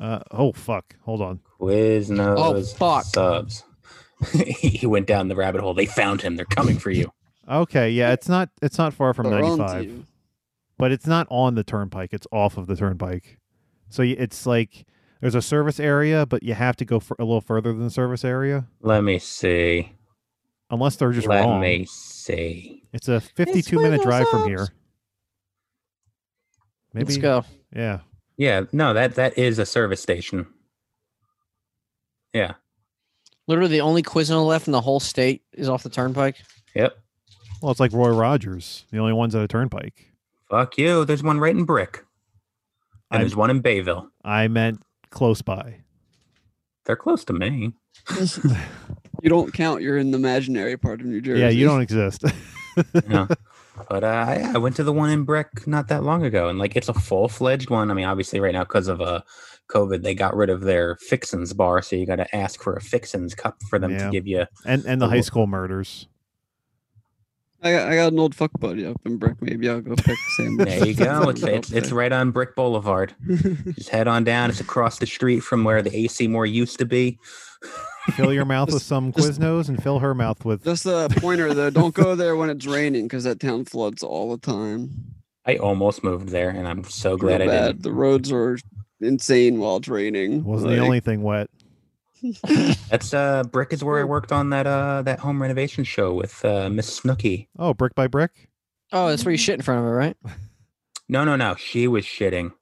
Uh, oh fuck! Hold on.
Quiznos.
fuck.
Subs. he went down the rabbit hole. They found him. They're coming for you.
Okay, yeah, it's not it's not far from
They're on to
95,
you.
but it's not on the turnpike. It's off of the turnpike, so y- it's like there's a service area, but you have to go for a little further than the service area,
Let me see.
unless they're just
Let
wrong.
me see.
It's a 52 minute
Quiznos
drive from
Subs.
here. Maybe.
Let's go.
Yeah.
Yeah, no that that is a service station. Yeah.
Literally, the only Quizno left in the whole state is off the turnpike.
Yep.
Well, it's like Roy Rogers, the only ones at a turnpike.
Fuck you. There's one right in Brick. And
I'm-
there's one in Bayville.
I meant close by.
They're close to me.
You don't count. You're in the imaginary part of New Jersey.
Yeah, you don't exist.
Yeah. but uh, I, I went to the one in Brick not that long ago, and like it's a full fledged one. I mean, obviously, right now because of uh, COVID, they got rid of their fixins bar, so you got to ask for a fixins cup for them
Yeah.
to give you.
and and the
Oh,
high
well.
school murders.
I got, I got an old fuck buddy up in Brick. Maybe I'll go pick Sam.
There you go. It's,
up
it's, it's
there.
right on Brick Boulevard. Just head on down. It's across the street from where the AC Moore used to be.
Fill your mouth with
Just-
some
just-
Quiznos and fill her mouth with.
Just a pointer though. Don't go there when it's raining because that town floods all the time.
I almost moved there, and I'm so
Real
glad I
bad.
didn't.
The roads are insane while it's raining.
Wasn't the
Like,
only thing wet.
That's uh, Brick is where I worked on that uh that home renovation show with uh, Miss Snooky.
Oh, brick by brick.
Oh, that's where you shit in front of it, right?
No, no, no. She was shitting.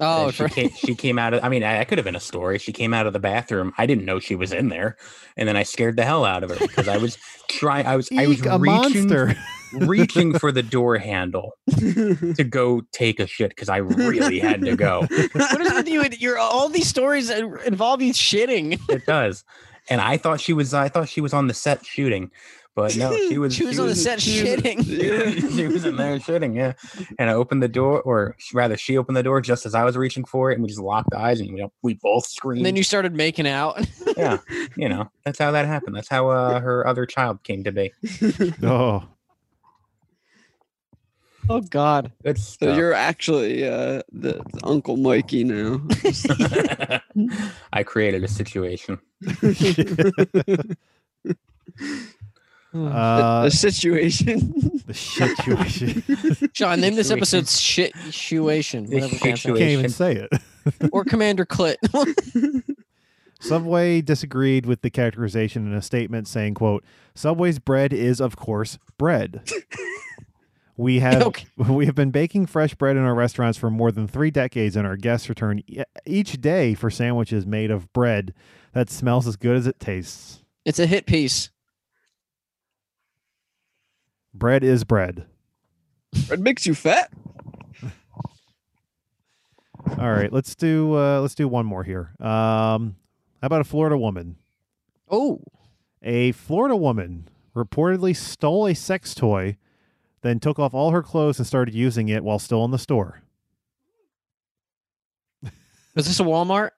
Oh,
And she
right.
came, she came out of. I mean, I, I could have been a story. She came out of the bathroom. I didn't know she was in there, and then I scared the hell out of her because I was trying. I was I was
Eek, a
reaching
monster.
reaching for the door handle to go take a shit because I really had to go.
what is with you? and Your all these stories in- involve you shitting.
It does, and I thought she was. I thought she was on the set shooting, but no, she was.
She was on the set
she was-
shitting.
she was in there shitting, yeah. And I opened the door, or sh- rather, she opened the door just as I was reaching for it, and we just locked eyes, and we, we both screamed.
And then you started making out.
yeah, you know, that's how that happened. That's how uh, her other child came to be.
oh,
Oh God.
Good
So
stuff.
you're actually uh, the, the Uncle Mikey now.
I created a situation.
the
uh,
situation.
the situation.
John, name this
Situation.
episode's shit situation. Whatever can't say.
Can't even
Situation.
say it.
Or Commander Clit.
Subway disagreed with the characterization in a statement saying, "quote Subway's bread is of course bread." We have
Okay.
we have been baking fresh bread in our restaurants for more than three decades, and our guests return e- each day for sandwiches made of bread that smells as good as it tastes.
it's a hit piece.
Bread is bread.
It makes you fat.
All right, let's do uh, let's do one more here. Um, how about a Florida woman?
Oh,
A Florida woman reportedly stole a sex toy, then took off all her clothes and started using it while still in the store.
is this a Walmart?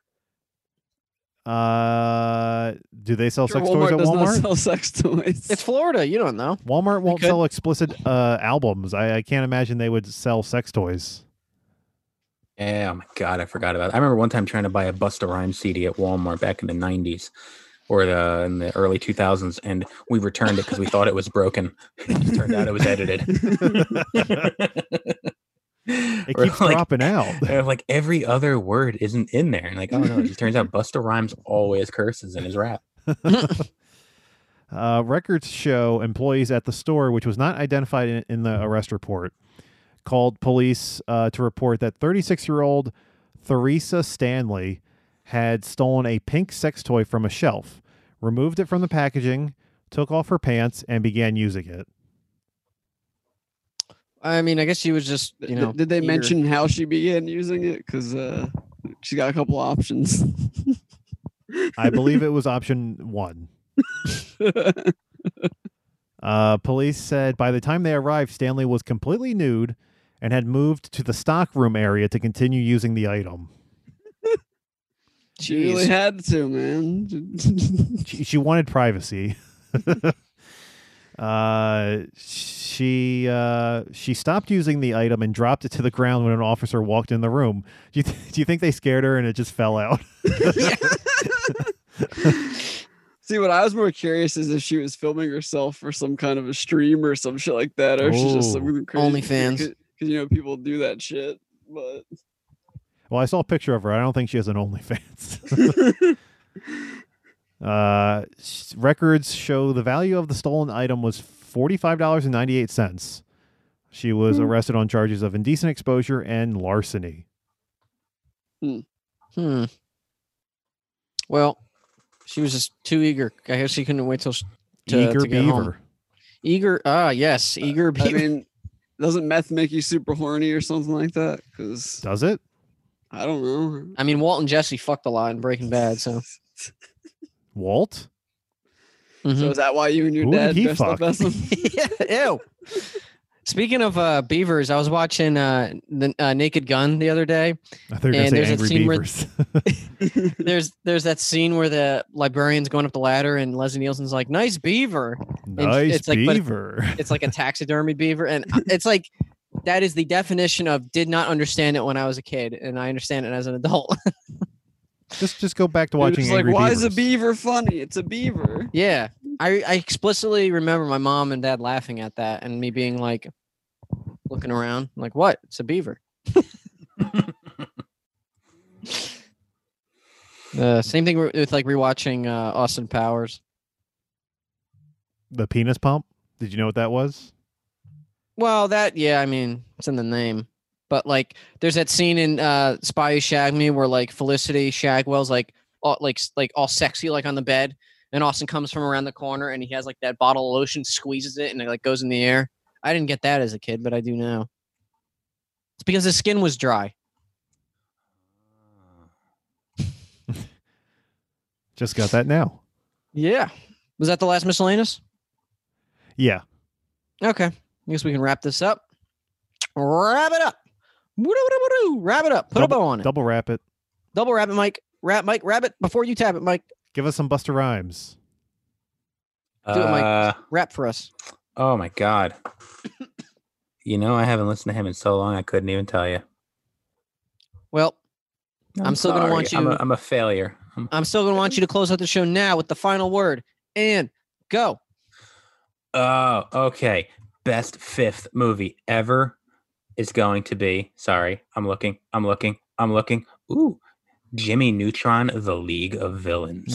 Uh, do they sell
Sure,
sex toys
Walmart
at
does not
Walmart?
sell sex toys.
It's Florida. You don't know.
Walmart won't
could.
sell explicit uh, albums. I, I can't imagine they would sell sex toys.
Yeah, oh my god, I forgot about. It. I remember one time trying to buy a Busta Rhymes CD at Walmart back in the '90s or the in the early 2000s, and we returned it because we thought it was broken. It turned out it was edited.
It
it
keeps dropping out.
Like every other word isn't in there, and like oh no, it just turns out Busta Rhymes always curses in his rap.
Uh, records show employees at the store, which was not identified in, in the arrest report, called police uh, to report that 36 year old Theresa Stanley had stolen a pink sex toy from a shelf, removed it from the packaging, took off her pants, and began using it.
I mean, I guess she was just
Th-
you
th-
know.
did they
eager.
mention how she began using it? Because uh, she's got a couple options.
I believe it was option one. Uh, police said by the time they arrived, Stanley was completely nude and had moved to the stockroom area to continue using the item.
she really
Jeez.
had to, man.
she, she wanted privacy. uh, she uh, she stopped using the item and dropped it to the ground when an officer walked in the room. Do you, th- do you think they scared her and it just fell out?
See, what I was more curious is if she was filming herself for some kind of a stream or some shit like that, or if she's just
Oh.
some crazy
OnlyFans.
Because you know people do that shit. But
Well, I saw a picture of her. I don't think she has an OnlyFans. uh, s- records show the value of the stolen item was forty five dollars and ninety eight cents. She was arrested on charges of indecent exposure and larceny.
Hmm. Well, She was just too eager. I guess she couldn't wait till she, to,
Eager
to get
Beaver.
home. Eager. Ah, yes, eager
I
beaver.
mean, doesn't meth make you super horny or something like that? Because
Does it?
I don't know.
I mean, Walt and Jesse fucked a lot in Breaking Bad, so.
Walt?
So
Mhm.
is that why you and your
Who did
dad
he
dressed up
fuck?
as him?
yeah, ew. Speaking of uh, beavers, I was watching uh, the uh, Naked Gun the other day.
I thought you were going
And
to say
there's a
Angry
scene where-
Beavers.
There's there's that scene where the librarian's going up the ladder and Leslie Nielsen's like, "Nice beaver."
nice
it's like- but-
beaver.
It's like a taxidermy beaver, and I- it's like that is the definition of did not understand it when I was a kid, and I understand it as an adult.
just just go back to
You're
watching
just like,
Angry
why is
Beavers.
a beaver funny? It's a beaver.
yeah, I I explicitly remember my mom and dad laughing at that, and me being like, looking around, like, "What? It's a beaver." Uh, same thing with with, like rewatching uh, Austin Powers.
the penis pump? Did you know what that was?
Well, that yeah, I mean, it's in the name. But like there's that scene in uh Spy Who Shagged Me where like Felicity Shagwell's like all like s- like all sexy like on the bed and Austin comes from around the corner and he has like that bottle of lotion, squeezes it and it like goes in the air. I didn't get that as a kid, but I do now. It's because his skin was dry.
Just got that now.
Yeah. Was that the last miscellaneous?
Yeah.
Okay. I guess we can wrap this up. Wrap it up. Woo-doo-doo-doo-doo. Wrap it up. Put
double,
a bow on it.
Double wrap it.
Double wrap it, Mike. Wrap Mike, wrap it before you tap it, Mike.
Give us some Buster Rhymes.
Do it, Mike.
Uh,
Wrap for us.
oh my god. You know, I haven't listened to him in so long. I couldn't even tell you.
Well, I'm still gonna
sorry.
want
I'm
you-
a, I'm a failure. I'm-
I'm still going to want you to close out the show now with the final word and go.
Oh, okay. Best fifth movie ever is going to be. Sorry, I'm looking. I'm looking. I'm looking. Ooh, Jimmy Neutron, The League of Villains.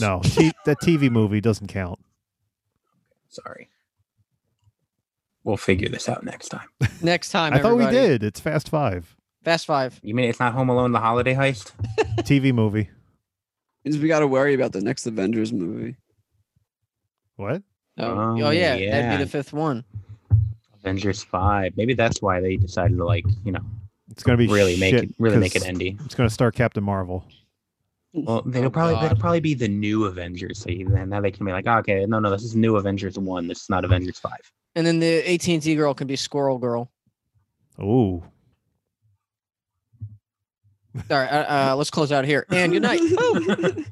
No, t- that TV movie doesn't count.
sorry. We'll figure this out next time.
Next time,
I thought we
everybody.
did. It's Fast Five.
Fast Five.
You mean it's not Home Alone: The Holiday Heist?
TV movie.
Means we got to worry about the next Avengers movie.
What?
Oh,
Oh,
oh, yeah, that'd
yeah.
be the fifth one.
Avengers Five. Maybe that's why they decided to like, you know,
It's gonna be
really make
shit
it, really make
'cause
it ending.
It's gonna start Captain Marvel.
Well, they'll
Oh,
probably
God.
that'll probably be the new Avengers. So you- then now they can be like, oh, okay, no, no, this is new Avengers One. This is not Avengers Five.
And then the AT and T girl can be Squirrel Girl.
Ooh.
All right, uh, uh, let's close out here and good night. Woo!